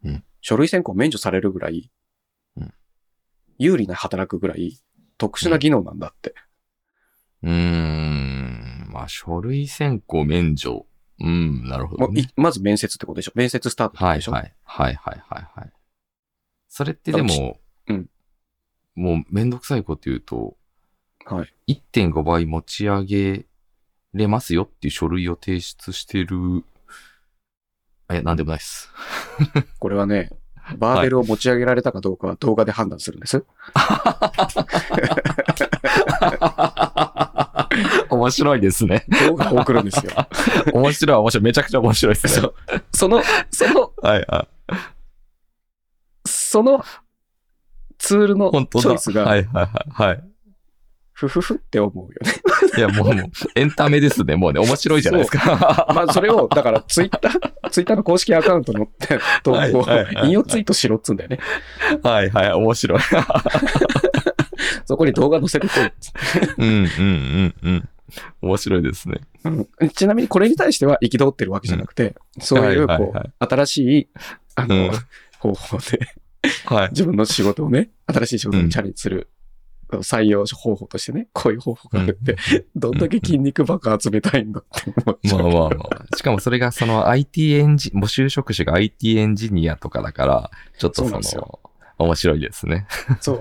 S2: うん
S1: 書類選考免除されるぐらい、
S2: うん
S1: 有利な働くぐらい、特殊な技能なんだって。
S2: うーん。まあ、書類選考免除。うん、なるほ
S1: も
S2: ど
S1: う
S2: ね、
S1: いまず面接ってことでしょ面接スタート
S2: は
S1: で
S2: い
S1: しょ、
S2: はい。はいはいはいはい。それってで
S1: だか
S2: も、
S1: うん
S2: もうめんどくさいこと言うと、
S1: はい
S2: 1.5倍持ち上げれますよっていう書類を提出してる、いや、なんでもな いです。
S1: これはね、バーベルを持ち上げられたかどうかは動画で判断するん です。
S2: 面白いですね。
S1: 動画を送るんですよ。
S2: 面白い、面白い。めちゃくちゃ面白いですね。
S1: そうその、その、
S2: はいはい。
S1: そのツールの
S2: 本当
S1: チ
S2: だ。
S1: ョイス
S2: は
S1: が、
S2: いはいはい。はい
S1: ふふふって思うよね。
S2: いや、もう、もうエンタメですね。もうね、面白いじゃないですか。
S1: まあ、それを、だから、ツイッター、 ツイッターの公式アカウントの投
S2: はい
S1: 稿
S2: はいは
S1: を、
S2: い
S1: 引用ツイートしろっつうんだよね。
S2: はいはい、面白い。
S1: そこに動画載せてこいっつって。
S2: うんうんうんうん。面白いですね。
S1: うんちなみにこれに対しては憤ってるわけじゃなくて、そういう、
S2: はいは
S1: こ
S2: いは
S1: う、新しい、あの、
S2: うん
S1: 方法で、
S2: はい。
S1: 自分の仕事をね、新しい仕事にチャレンジする、採用方法としてね、こういう方法があるって、どんだけ筋肉ばっか集めたいんだって思っちゃ
S2: ま
S1: う。
S2: あまあまあ。しかもそれがその IT エンジ、募集職種が IT エンジニアとかだから、ちょっと
S1: そうなんで
S2: そ
S1: す
S2: の、面白いですね。
S1: そう。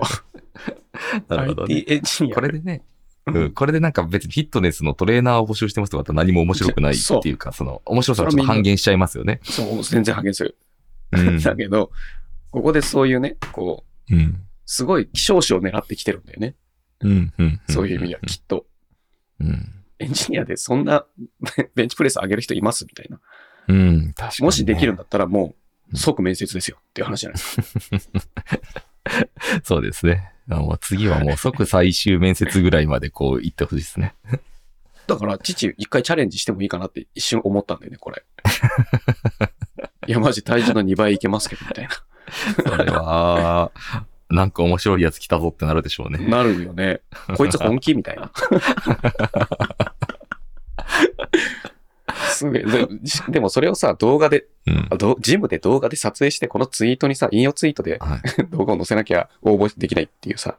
S2: なるほどね
S1: IT エンジニア。
S2: これでね、うん、これでなんか別にフィットネスのトレーナーを募集してますとかだと何も面白くないっていうか、その、面白さがちょっと半減しちゃいますよね。
S1: そう、全然発見する。
S2: うん。
S1: だけど、ここでそういうね、こう、
S2: うん。
S1: すごい希少種を狙ってきてるんだよね。
S2: うん。うん。
S1: そういう意味では、きっと。
S2: うん。
S1: エンジニアでそんな ベンチプレス上げる人いますみたいな。
S2: うん。確かに。
S1: もしできるん。だったらも
S2: う
S1: うん即面接ですよっていう話じゃないですか。
S2: そうですね。あもう次はもう即最終面接ぐらいまでこう行ってほしいですね。
S1: だから、父一回チャレンジしてもいいかなって一瞬思ったんだよね、こ れ。いや、マジ体重の2倍いけますけど、みたい
S2: それは、なんか面白いやつ来たぞってなるでしょう
S1: な。
S2: ね。
S1: なるよね。こいつ本気みたい な。すげえ。ででもそれをさ、動画で、
S2: うん
S1: あ。どジムで動画で撮影して、このツイートにさ、引用ツイートで
S2: はい。
S1: 動画を載せなきゃ応募できないっていうさ、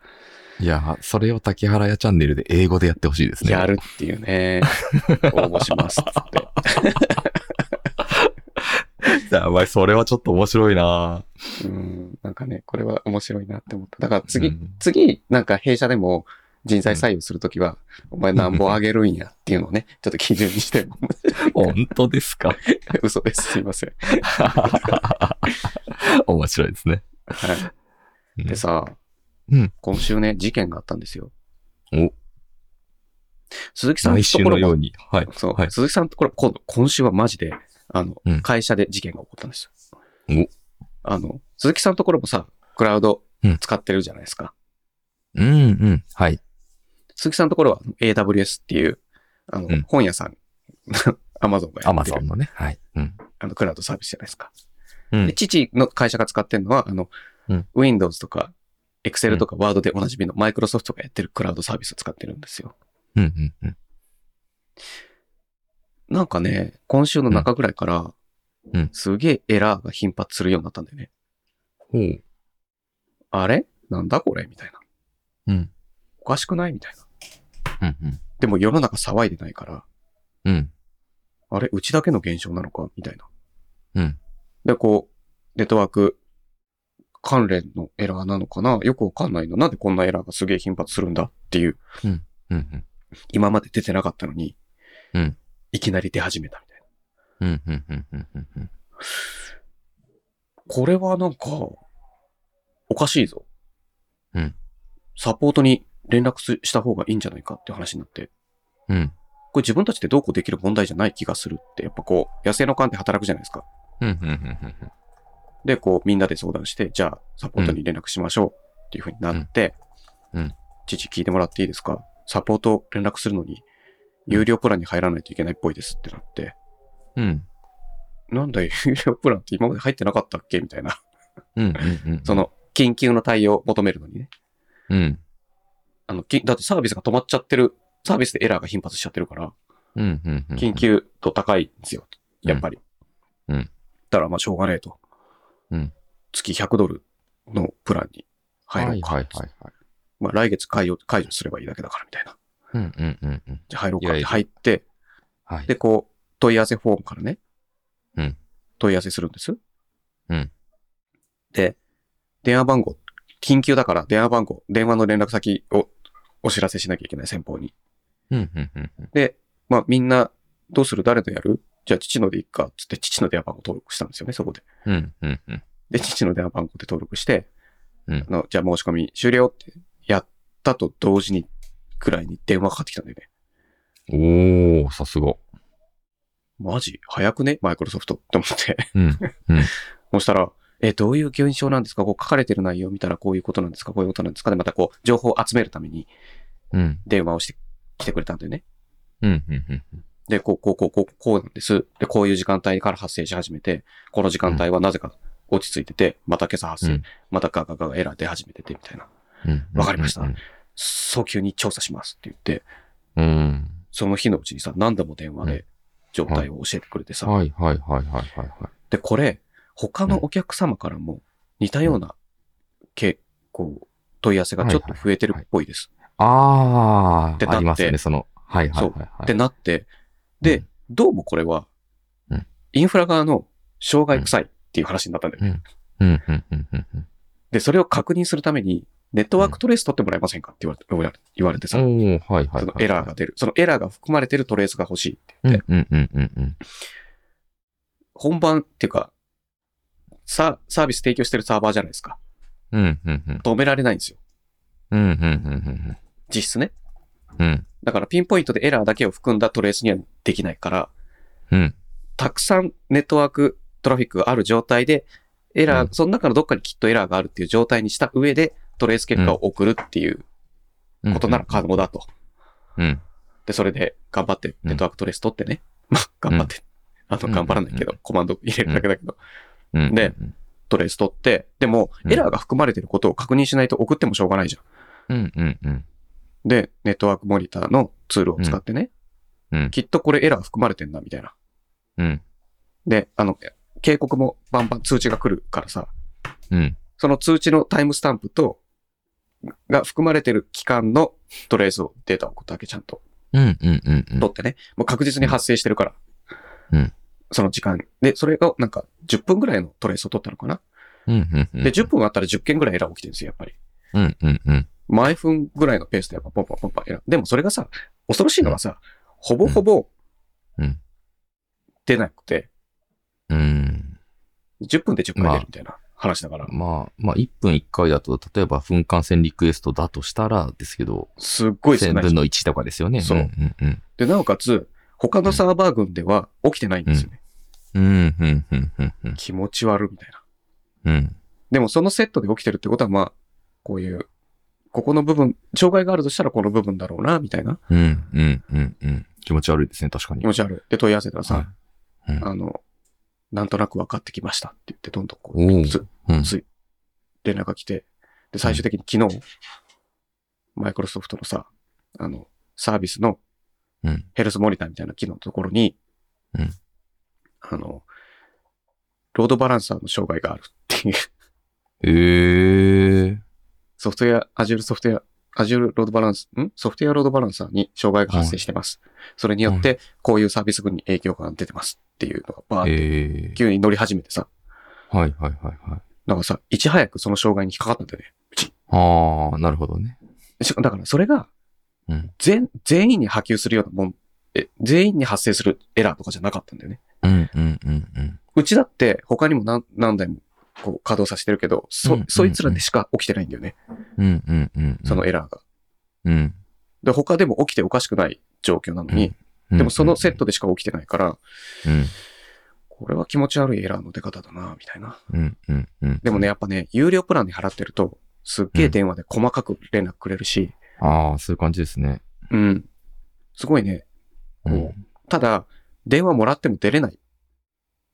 S2: いや、それを竹原屋チャンネルで英語でやってほしいですね。
S1: やるっていう ね、応募しますっつって。
S2: やばい、それはちょっと面白いな
S1: うん、なんかね、これは面白いなって思った。だから次、
S2: うん
S1: 次、なんか弊社でも人材採用するときは、お前何本あげるんやっていうのを ね、ちょっと基準にして、
S2: 本当ですか
S1: 嘘です。すいません。
S2: 面白いですね。
S1: は
S2: うん
S1: い。でさ、
S2: うん
S1: 今週ね、事件があったんですよ。
S2: お
S1: 鈴木さん
S2: 毎
S1: のと
S2: 週
S1: こ
S2: の
S1: ろ
S2: よ
S1: も
S2: うに。はい。
S1: そう、
S2: はい
S1: 鈴木さんのところ、今度、今週はマジで、あの、
S2: うん
S1: 会社で事件が起こったんですよ
S2: お。
S1: あの、鈴木さんのところもさ、クラウド
S2: うん
S1: 使ってるじゃないですか。
S2: うんうん。はい。
S1: 鈴木さんのところは AWS っていう、あの、
S2: うん
S1: 本屋さん、Amazon が
S2: ア
S1: や
S2: マ
S1: って
S2: ゾン
S1: る、
S2: のね。はい。うん。
S1: あの、クラウドサービスじゃないですか。
S2: うん
S1: で、父の会社が使ってるのは、あの、
S2: うん
S1: Windows とか、Excel とか Word でおなじみの Microsoft がやってるクラウドサービスを使ってるんですよ。
S2: うんうんうん。
S1: なんかね、今週の中ぐらいから、
S2: うん
S1: すげえエラーが頻発するようになったんだよね。
S2: ほう。
S1: あれなんだこれみたいな。
S2: うん。
S1: おかしくないみたいな。
S2: うんうん。
S1: でも世の中騒いでないから、
S2: うん。
S1: あれうちだけの現象なのかみたいな。
S2: うん。
S1: で、こう、ネットワーク関連のエラーなのかなよくわかんないな。なんでこんなエラーがすげえ頻発するんだっていう、
S2: うん
S1: 今まで出てなかったのに、
S2: うん
S1: いきなり出始めたみたいな。
S2: うん。うんうんうんうんうんうん。
S1: これはなんか、おかしいぞ。
S2: うん。
S1: サポートに連絡すした方がいいんじゃないかって話になって、
S2: うん。
S1: これ自分たちでどうこうできる問題じゃない気がするって、やっぱこう、野生の勘で働くじゃないですか。
S2: うんうんうんうん。
S1: で、こう、みんなで相談して、じゃあ、サポートに連絡しましょうっていうふうになって、
S2: うんうん
S1: 父聞いてもらっていいですかサポート連絡するのに、有料プランに入らないといけないっぽいですってなって、
S2: うん。
S1: なんだ有料プランって今まで入ってなかったっけみたいな。
S2: うんうんうんうん。
S1: その、緊急の対応を求めるのにね。
S2: うん。
S1: あの、きだってサービスが止まっちゃってる、サービスでエラーが頻発しちゃってるから、
S2: うんうんうん。
S1: 緊。急度高いんですよ。やっぱり。
S2: うんうん
S1: だからまあ、しょうがねえと。
S2: うん
S1: 月100ドルのプランに
S2: はい
S1: 入
S2: は
S1: ろう
S2: い
S1: か。
S2: はいはい。
S1: まあ、来月解除解除すればいいだけだからみたいな。
S2: うんうんうんうん。
S1: じゃあ入ろうかっ
S2: いやい
S1: て
S2: や
S1: 入って、
S2: はい。
S1: で、こう、問い合わせフォームからね。
S2: うん
S1: 問い合わせするんです。
S2: うん
S1: で、電話番号、緊急だから電話番号、電話の連絡先をお知らせしなきゃいけない先方に。
S2: うんうんうんうん。
S1: で、まあみんな、どうする誰とやるじゃあ父のでいっか、つって父の電話番号登録したんですよね、そこで。
S2: うんうんうん。
S1: で、父の電話番号で登録して、
S2: うん
S1: あのじゃあ申し込み終了ってやったと同時に、くらいに電話かかってきたんだよね。
S2: おー、さすが。
S1: マジ早くねマイクロソフトって思って。
S2: うん。
S1: そしたら、え、どういう現象なんですかこう書かれてる内容を見たらこういうことなんですかこういうことなんですかで、またこう、情報を集めるために
S2: うん。
S1: 電話をしてきてくれたんだよね。
S2: うんうんうん。
S1: で、こう、こう、こう、こう、こうなんです。で、こういう時間帯から発生し始めて、この時間帯はなぜか落ち着いてて、また今朝発生、
S2: うん
S1: またガガガガエラー出始めてて、みたいな。
S2: うん
S1: わかりました
S2: うん
S1: 早急に調査しますって言って、
S2: うん。
S1: その日のうちにさ、何度も電話
S2: う
S1: で状態を教えてくれてさ、
S2: はいはいはいはいはいはい。
S1: で、これ、他のお客様からも似たような、け、こう、問い合わせがちょっと増えてるっぽいです。
S2: あ
S1: でだ
S2: あ、
S1: って
S2: ありますよね、その、はいはいはい、はい。
S1: ってなって、で、どうもこれは
S2: うん、
S1: インフラ側の障害臭いっていう話になったんだよね。
S2: うん、うん、うん、うん、うんうん。
S1: で、それを確認するために、ネットワークトレース取ってもらえませんかって言われ言われ言われてさ、
S2: おーはいはいはい。
S1: そのエラーが出る。そのエラーが含まれてるトレースが欲しいって
S2: う
S1: 言って
S2: ん、、うん、うん、うんうん。
S1: 本番っていうか、ササービス提供してるサーバーじゃないですか。
S2: うん、うん、うん。
S1: 止められないんですよ。
S2: うん、うん、うん、
S1: 実質ね。
S2: うん。うん、
S1: だからピンポイントでエラーだけを含んだトレースにはできないから、
S2: うん。
S1: たくさんネットワークトラフィックがある状態で、エラー、
S2: うん
S1: その中のどっかにきっとエラーがあるっていう状態にした上で、トレース結果を送るっていう
S2: うん。
S1: ことなら可能だと。
S2: うん。
S1: で、それで頑張ってネットワークトレース取ってね。まあ、頑張って。あの、
S2: うん
S1: 頑張らないけど、コマンド入れるだけだけど、
S2: うん。
S1: でトレース取って、でも、
S2: うん
S1: エラーが含まれてることを確認しないと送ってもしょうがないじゃ
S2: うん、うん、うん。
S1: ん。で、ネットワークモニターのツールを使ってね、
S2: うん、
S1: きっとこれエラー含まれてんな、みたいな。
S2: うん、
S1: で、あの、警告もバンバン通知が来るからさ、
S2: うん。
S1: その通知のタイムスタンプと、が含まれてる期間のトレースをデータを送ったわけちゃんと
S2: うん、うん、うん、うん。
S1: 取ってね。もう確実に発生してるから。
S2: うん
S1: その時間。で、それがなんか10分ぐらいのトレースを取ったのかな。
S2: うん、うん、うん。
S1: で、10分あったら10件ぐらいエラー起きてるんですよ、やっぱり。
S2: うん、うん、うん。
S1: 毎分ぐらいのペースでやっぱポンポンポンポンエラー。でもそれがさ、恐ろしいのがさ、ほぼほぼ
S2: うん、
S1: 出なくて、
S2: うん。
S1: 10分で10回出るみたいな話だから、
S2: まあ、まあ、1分1回だと、例えば、噴火線リクエストだとしたらですけど、
S1: すっごい少
S2: 1000
S1: ない
S2: 分の1とかですよね。、
S1: そうん
S2: うん、
S1: で、なおかつ、他のサーバー群では起きてないんですよね。
S2: うん。うん、うん、うん、うん、うん
S1: 気持ち悪いみたいな。
S2: うん。
S1: でもそのセットで起きてるってことは、まあ、こういう、ここの部分、障害があるとしたらこの部分だろうな、みたいな
S2: うん、うん、うん、うん。気持ち悪いですね、確かに。
S1: 気持ち悪い。で、問い合わせたらさ、
S2: はいうん
S1: あの、なんとなく分かってきましたって言って、どんどんこ
S2: お
S1: う、
S2: う
S1: つ
S2: うん
S1: つい、連絡が来て、で、最終的に昨日、マイクロソフトのさ、あの、サービスの
S2: うん、
S1: ヘルスモニターみたいな機能のところに、
S2: うん
S1: あの、ロードバランサーの障害があるっていう、
S2: えー。
S1: ソフトウェア、Azure ソフトウェア、Azure ロードバランス、んソフトウェアロードバランサーに障害が発生してます。それによって、こういうサービス群に影響が出てますっていうのがバーって
S2: えー。
S1: 急に乗り始めてさ、
S2: はいはいはいはい。
S1: なんかさ、いち早くその障害に引っかかったんだよね。
S2: ああ、なるほどね。
S1: しだからそれが、
S2: うん。
S1: 全、全員に波及するようなもん、え、全員に発生するエラーとかじゃなかったんだよね。
S2: うんうんうんうん。
S1: うちだって他にも何、何台もこう稼働させてるけど、そ、
S2: うんうん
S1: そいつらでしか起きてないんだよね。
S2: うんうんうんうん。
S1: そのエラーが。
S2: うん、
S1: で、他でも起きておかしくない状況なのに、
S2: うん。
S1: でもそのセットでしか起きてないから、
S2: うん
S1: これは気持ち悪いエラーの出方だな、みたいな。
S2: うんうんうん。
S1: でもね、。やっぱね、有料プランに払ってると、すっげえ電話で細かく連絡くれるし、
S2: ああ、そういう感じですね。
S1: うん。すごいね。
S2: うん。
S1: こうただ、電話もらっても出れない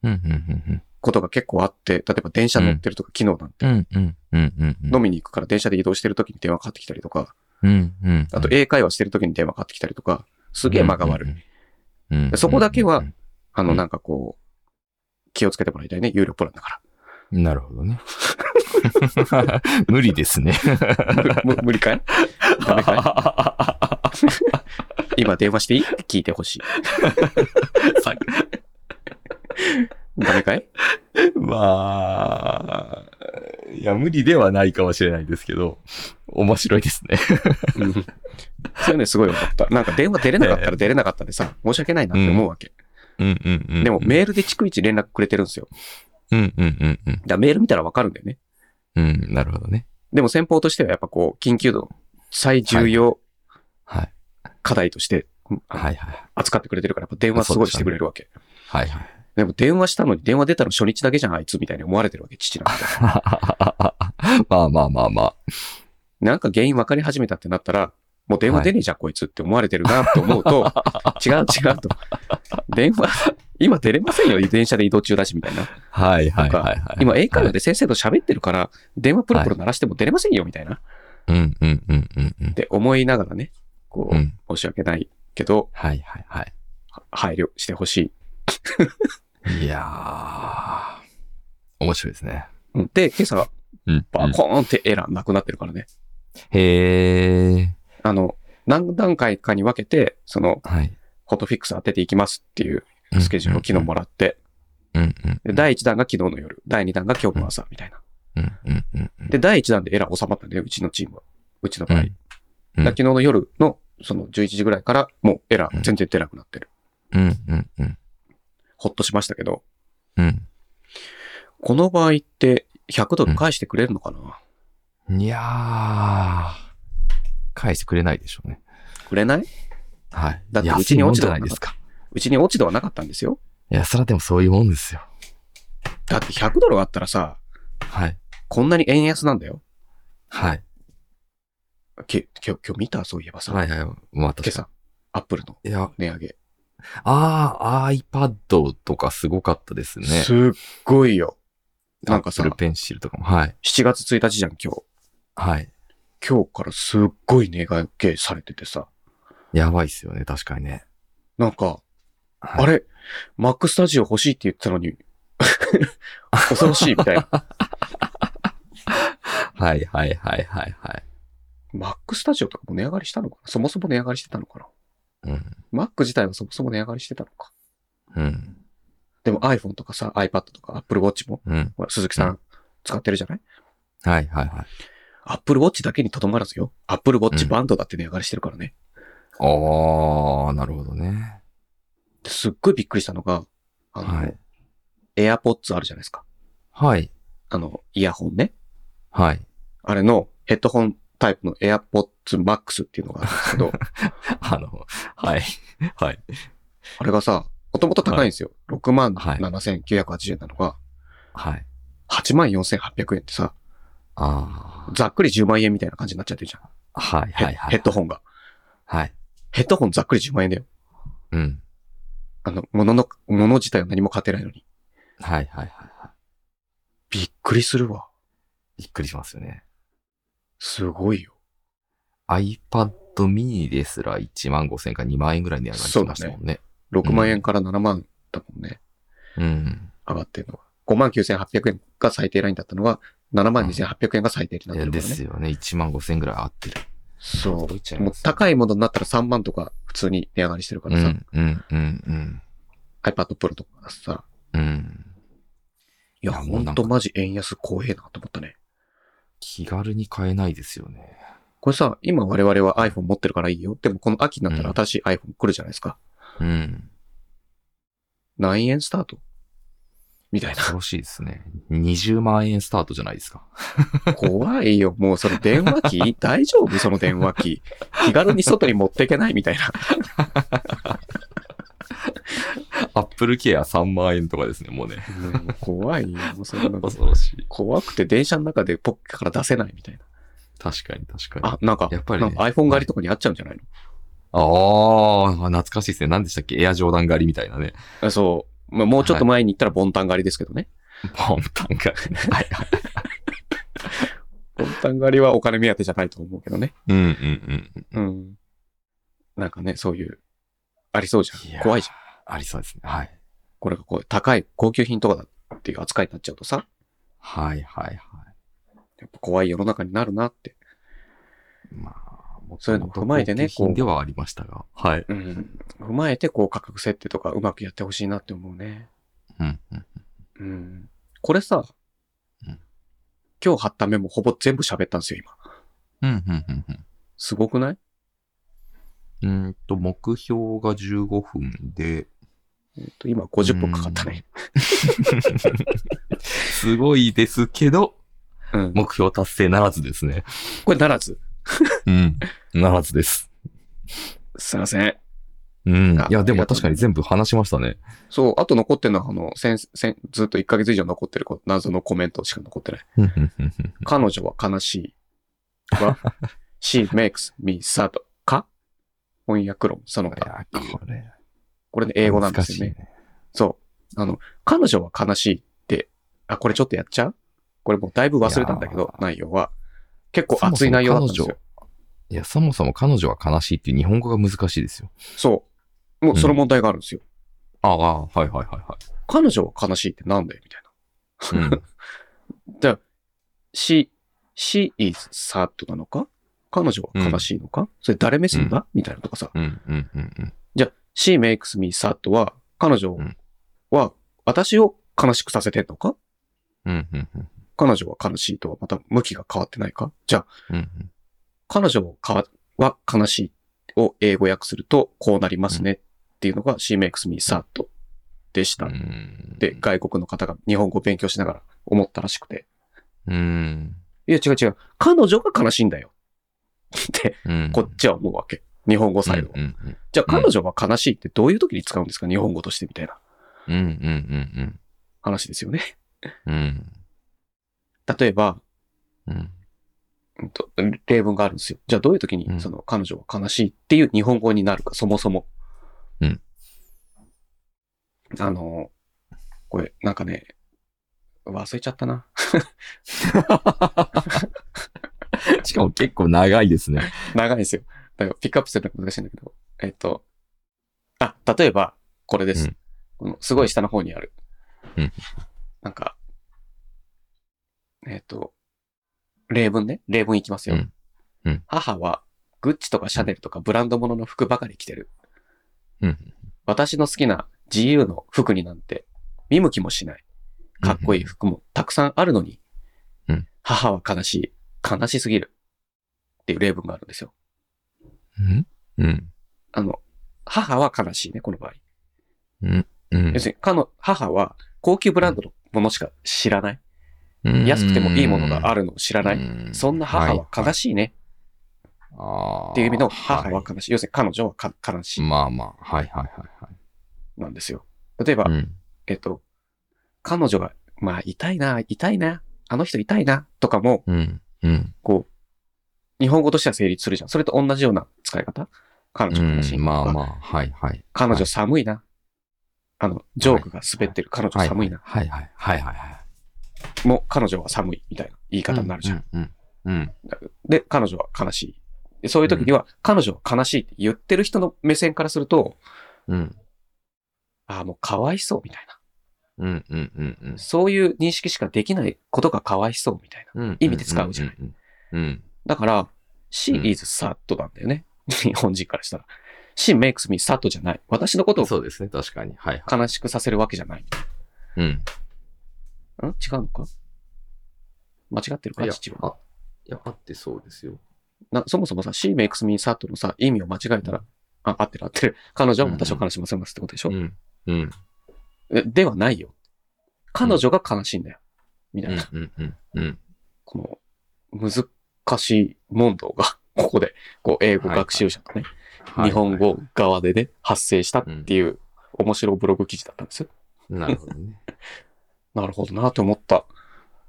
S2: うんうん
S1: ことが結構あって、例えば電車乗ってるとか、昨日なん
S2: う
S1: て、
S2: んうん。うんうんうんうん。
S1: 飲みに行くから電車で移動してる時に電話かかってきたりとか、
S2: うんうん。
S1: あと英会話してる時に電話かかってきたりとか、すげえ間が悪い。
S2: い。うん。
S1: そこだけは
S2: うん
S1: あ
S2: う
S1: の、
S2: ん
S1: なんかこう、気をつけてもらい たいね。有料プランだか
S2: なるほどね。 無理です ね。
S1: ら。む無理 かいダメかい今電話していいって聞いてほしい。ダメかい
S2: まあ、いや、無理ではないかもしれないですけど、面白いですね。
S1: そういうのすごい思った。なんか電話出れなかったら出れなかったでさ、申し訳ないなって思うわけ。
S2: うんうんうん。
S1: でもメールで逐一連絡くれてるんですよ。だか
S2: うんうんうんうん。
S1: らメール見たらわかるんだよね。
S2: うん、なるほどね。
S1: でも先方としてはやっぱこう、緊急度、最重要
S2: はい。
S1: 課題として、あの
S2: はいはい。
S1: 扱ってくれてるから、やっぱ電話すごいしてくれるわけ。で
S2: はいはい。
S1: も電話したのに電話出たの初日だけじゃん、あいつみたいに思われてるわけ、父なんて。
S2: まあまあまあまあ。
S1: なんか原因分かり始めたってなったら、もう電話出ねえじゃん、こいつって思われてるなって思う と、違う違うと。電話、今出れませんよ、電車で移動中だし、みたいな。
S2: はいはいはいはい。
S1: 今、英会話で先生と喋ってるから、電話プルプル鳴らしても出れませんよ、みたいな。
S2: うんうんうんうんうん
S1: っ。て思いながらね、こ
S2: うん
S1: う、申し訳ないけど、
S2: はいはいはい。
S1: 配慮してほしい。
S2: いやー、面白いですね。
S1: うんで、今朝、
S2: うん。
S1: バコーンってエラーなくなってるからね。
S2: へー。
S1: あの、何段階かに分けて、その、
S2: はい。
S1: フォトフィックス当てていきますっていうスケジュールを昨日もらって、
S2: うんうんう
S1: で
S2: ん。
S1: 第1弾が昨日の夜、第2弾が今日の朝みたいな。
S2: うんうんうんうん。
S1: で、第1弾でエラー収まったんだよ、うちのチームは。うちの場合。
S2: う
S1: だ
S2: んうん
S1: から昨日の夜の、その11時ぐらいから、もうエラー全然出なくなってる。
S2: うんうんうん。
S1: ほっとしましたけど、
S2: うん。
S1: この場合って100ドル返してくれるのかな、
S2: いやー、返してくれないでしょうね。
S1: くれない
S2: はい。
S1: だって
S2: 安いう
S1: ちに落ち度
S2: もんじゃ
S1: が
S2: ない
S1: なか
S2: で
S1: った
S2: すか。
S1: うちに落ち度はなかったんですよ。
S2: いや、そらでもそういうもんですよ。
S1: だって100ドルあったらさ、
S2: はい。
S1: こんなに円安なんだよ。
S2: はい。
S1: け今日、今日見たそういえばさ、
S2: はいはい。まあ、
S1: 今
S2: 確か
S1: 朝、アップルの
S2: に。いや、
S1: 値上げ。
S2: あー、iPad とかすごかったですね。
S1: すっごいよ。なんかさ
S2: Apple、ペンシルとかも。はい。
S1: 7月1日じゃん、今日。
S2: はい。
S1: 今日からすっごい値上げされててさ、
S2: やばいっすよね、確かに ね。
S1: なんか、
S2: はい
S1: あれ、マックスタジオ欲しいって言ってたのに、 恐ろしいみたいな。
S2: はいはいはいはいはい。
S1: マックスタジオとかも値上がりしたのかなそもそも値上がりしてたのかな
S2: うん。
S1: マック自体はそもそも値上がりしてたのか。
S2: うん。
S1: でも iPhone とかさ、iPad とか Apple Watch も、
S2: うん。
S1: ほら鈴木さん使ってるじゃない
S2: はいはいはい。
S1: ?Apple Watch だけにとどまらずよ。Apple
S2: う
S1: Watch
S2: ん
S1: バンドだって値上がりしてるからね。
S2: あー、なるほどね。
S1: ですっごいびっくりしたのが、あの、
S2: はい。
S1: AirPods あるじゃないですか。
S2: はい。
S1: あの、イヤホンね。
S2: はい。
S1: あれのヘッドホンタイプの AirPods Max っていうのがあるんですけど、
S2: あの、はい。はい。
S1: あれがさ、もともと高いんですよ。6万
S2: はい
S1: 7980円なのが、
S2: はい。
S1: 8万4800円ってさ、
S2: あ
S1: ざっくり10万円みたいな感じになっちゃってるじゃん。
S2: ー。はい
S1: ヘッ
S2: はいはい。
S1: ヘッドホンが。
S2: はい。
S1: ヘッドホンざっくり10万円だよ。
S2: うん。
S1: あの、ものの、もの自体は何も買ってないのに。
S2: はいはいはいはい。
S1: びっくりするわ。
S2: びっくりしますよね。
S1: すごいよ。
S2: iPad mini ですら1万5千か2万円ぐらい値上がりしましたもんね。
S1: 6万円から7万だもんね。
S2: うん。
S1: 上がってるのが。5万9800円が最低ラインだったのが、7万2800円が最低になって
S2: いや
S1: るか
S2: で
S1: らね
S2: す。よね。1万5千ぐらい上がってる。
S1: そ
S2: 届いちゃ
S1: う。
S2: い
S1: もう
S2: ますね
S1: 高いものになったら3万とか普通に値上がりしてるか
S2: う
S1: らさ、
S2: ん、うん、うん、
S1: iPad Pro とかさ、
S2: うん。うん。
S1: いや、
S2: いや
S1: ほ
S2: もうんなんか
S1: とマジ円安怖えなと思ったね。
S2: 気軽に買えないですよね。
S1: これさ、今我々は iPhone 持ってるからいいよ。でもこの秋になったら
S2: うん
S1: 新しい iPhone 来るじゃないですか。
S2: うん。
S1: 何円スタートみたい
S2: 恐ろしいですね。20万円スタートじゃないですか。
S1: な。怖いよ。 もうその電話機大丈夫その電話機。気軽に外に持っていけないみたいな。
S2: アップルケア3万円とかですね、もうね。
S1: もう怖いよ。もうそんなの
S2: 恐ろしい。
S1: 怖くて電車の中でポッケから出せないみたいな。
S2: 確かに確かに。
S1: あ、なんか、
S2: やっぱりね
S1: なんか iPhone 狩りとかにあっちゃうんじゃないの、
S2: ああ、懐かしいですね。何でしたっけエアジョーダン狩りみたいなね。
S1: あそう。まあ、もうちょっと前に行ったらボンタン狩りですけどね。
S2: ポンタン狩り。はいはい。
S1: ボンタン狩りはお金目当てじゃないと思うけどね。
S2: うんうんうんうん。
S1: うん。なんかね、そういう、ありそうじ
S2: い
S1: ゃ
S2: や
S1: ん。怖いじゃん。
S2: ありそうですね。はい。
S1: これがこう、高い高級品とかだっていう扱いになっちゃうとさ、
S2: はいはいはい。
S1: やっぱ怖い世の中になるなって。
S2: まあ、も
S1: そういうのも踏まえてね
S2: 高級品ではありましたが。はい。
S1: うん。踏まえて、こう、価格設定とかうまくやってほしいなって思うね。
S2: うんうん。
S1: うん。これさ、
S2: うん
S1: 今日貼ったメモほぼ全部喋ったんですよ、今。
S2: うんうんうんうん。
S1: すごくないう
S2: ーんと、目標が15分で、
S1: えっと今50分かかったね。
S2: すごいですけど、
S1: うん。
S2: 目標達成ならずですね。
S1: これならず。
S2: うん。ならずです。
S1: すいません。
S2: うん
S1: あ。
S2: いや、で
S1: ありが
S2: も
S1: とう
S2: 確かに全部話しましたね。
S1: そう、あと残ってるのは、あの、先先ずっと1ヶ月以上残ってるこう謎のコメントしか残ってない。
S2: うんうんうんうん
S1: 彼女は悲しい。 は、she makes me sad. か翻訳論、その
S2: い
S1: 他。
S2: や、これ。
S1: これね、英語なんですよね。
S2: 難しいね。
S1: そう。あの、彼女は悲しいって、あ、これちょっとやっちゃうこれもうだいぶ忘れたんだけ
S2: い
S1: ど
S2: や、ー
S1: 内容は。結構熱い内容だったんですよ。
S2: いや、そもそも彼女は悲しいっていう日本語が難しいですよ。
S1: そう。もうその問題があるんですよ。
S2: ああ、はいはいは
S1: 彼女は悲しいってなんだよみたい
S2: いはい。うん。
S1: な。じゃあ、she, she is sad なのか彼女は悲しいのか、それ誰目線だ、みたいなとかさ。
S2: うんうんうん
S1: じゃあ、she makes me sad は、彼女
S2: うん
S1: は私を悲しくさせてんのか
S2: うん。うんうんうん
S1: 彼女は悲しいとはまた向きが変わってないかじゃあ、
S2: うんうん。
S1: 彼女をかは悲しいを英語訳するとこうなりますねっていうのが she makes me sad でした。
S2: うん
S1: で、外国の方が日本語を勉強しながら思ったらしくて。
S2: うん。
S1: いや違う違う。彼女が悲しいんだよ。って、
S2: うん。
S1: こっちは思うわけ。日本語サイドは
S2: うんうんうん。
S1: じゃあ彼女は悲しいってどういう時に使うんですか日本語としてみたいな
S2: うんうん
S1: 話ですよね。
S2: うんうん。うん。
S1: 例えば、
S2: うん。
S1: うんと例文があるんですよ。じゃあどういう時
S2: う
S1: に
S2: ん
S1: その彼女は悲しいっていう日本語になるか、そもそも。
S2: うん。
S1: あの、これ、なんかね、忘れちゃったな。
S2: しかも結構長いですね。
S1: 長いんですよ。だからピックアップするのが難しいんだけど。えっと、あ、例えば、これです。
S2: うん
S1: このすごい下の方にある。
S2: うん
S1: なんか、えっと、例文ね。例文いきますよ。
S2: うんうん
S1: 母は、グッチとかシャネルとかブランド物の服ばかり着てる。
S2: うん。
S1: 私の好きな自由の服になんて見向きもしない。かっこいい服もたくさんあるのに、
S2: うん
S1: 母は悲しい。悲しすぎる。っていう例文があるんですよ。
S2: うんうん。
S1: あの、母は悲しいね、この場合。
S2: うん
S1: 要するに、彼の母は高級ブランドのものしか知らない。安くてもいいものがあるのを知らない。
S2: い
S1: そんな母は悲
S2: しい
S1: しいね
S2: あー
S1: っていう意味の母は
S2: は
S1: 悲しい。要するに彼女はか悲し
S2: い
S1: い
S2: まあまあ、はいはいはい
S1: なんですよ。例えば、
S2: はい。うん
S1: えっと、彼女が、まあ、痛いな、痛いな、あの人痛いな、とかも、
S2: うん。うん。
S1: こう、日本語としては成立するじゃん。それと同じような使い方彼
S2: う
S1: 女悲しい
S2: ん。
S1: とか、
S2: まあまあ、はいはい。
S1: 彼女寒いな。あの、ジョークが滑ってる彼女寒いな。
S2: はいはいはいはいはい。
S1: もう彼女は寒いみたいな言い方になるじゃん。
S2: うん。うん。
S1: で、彼女は悲しい。でそういう時には、彼女は悲しいって言ってる人の目線からすると、
S2: うん。
S1: ああ、もうかわいそうみたいな。
S2: うん。うん。うん。うん。
S1: そういう認識しかできないことがかわいそうみたいな。
S2: うん
S1: 意味で使うじゃない。
S2: うんうん。
S1: だから、she is sad なんだよね。 日本人からしたら。she makes me sad じゃない。私のこと
S2: うん
S1: を
S2: そうですね、確かに。はいは
S1: 悲しくさせるわけじゃない。
S2: い。うん。
S1: ん違うのか間違ってるか
S2: いや
S1: 父は。
S2: あいや、あってそうですよ。
S1: な、そもそもさ、she makes me sad のさ、意味を間違えたら、あ、合ってる合ってる。彼女は私を悲しませますってことでしょ、
S2: うん。うん。
S1: えではないよ。彼女が悲しいんだよ。みた
S2: う
S1: い
S2: ん
S1: な、。
S2: うん。うん。うん。
S1: この、難しい問答が、 ここで、こう、英語学習者とね、
S2: はい
S1: 日本。語側でね、発生したっていう、面白いブログ記事だったんですよ。
S2: なるほどね。
S1: なるほどなと思った。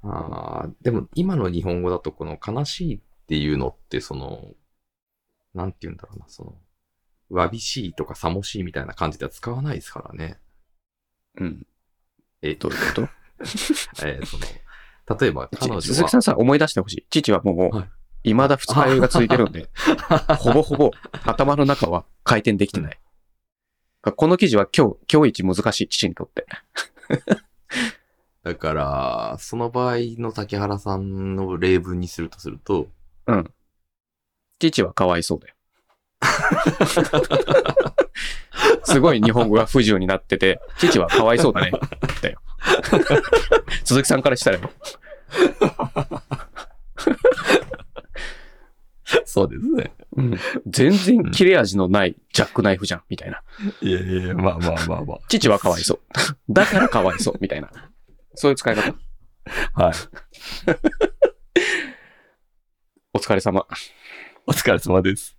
S2: ああ、でも今の日本語だとこの悲しいっていうのってその、なんて言うんだろうな、その、わびしいとか寂しいみたいな感じでは使わないですからね。
S1: うん。
S2: え、
S1: どういうこと
S2: えーその、例え ば彼女は。
S1: 鈴木さんさ、思い出してほしい。父はも、
S2: はいう
S1: 未だ二日酔いが続いてるんで、ほぼほぼ頭の中は回転できてない。この記事は今日、今日一難しい父にとって。
S2: だから、その場合の竹原さんの例文にするとすると、
S1: うん。父はかわいそうだよ。すごい日本語が不自由になってて、父はかわいそうだね。だよ。鈴木さんからしたらよ、
S2: そうです ね。
S1: 全然切れ味のないジャックナイフじゃん、みたいな。
S2: いやいや、まあまあまあま
S1: 父はかわいそう。だからかわいそう、みたいな。そういう使い方。
S2: あ。はい。
S1: お疲れ様。
S2: お疲れ様です。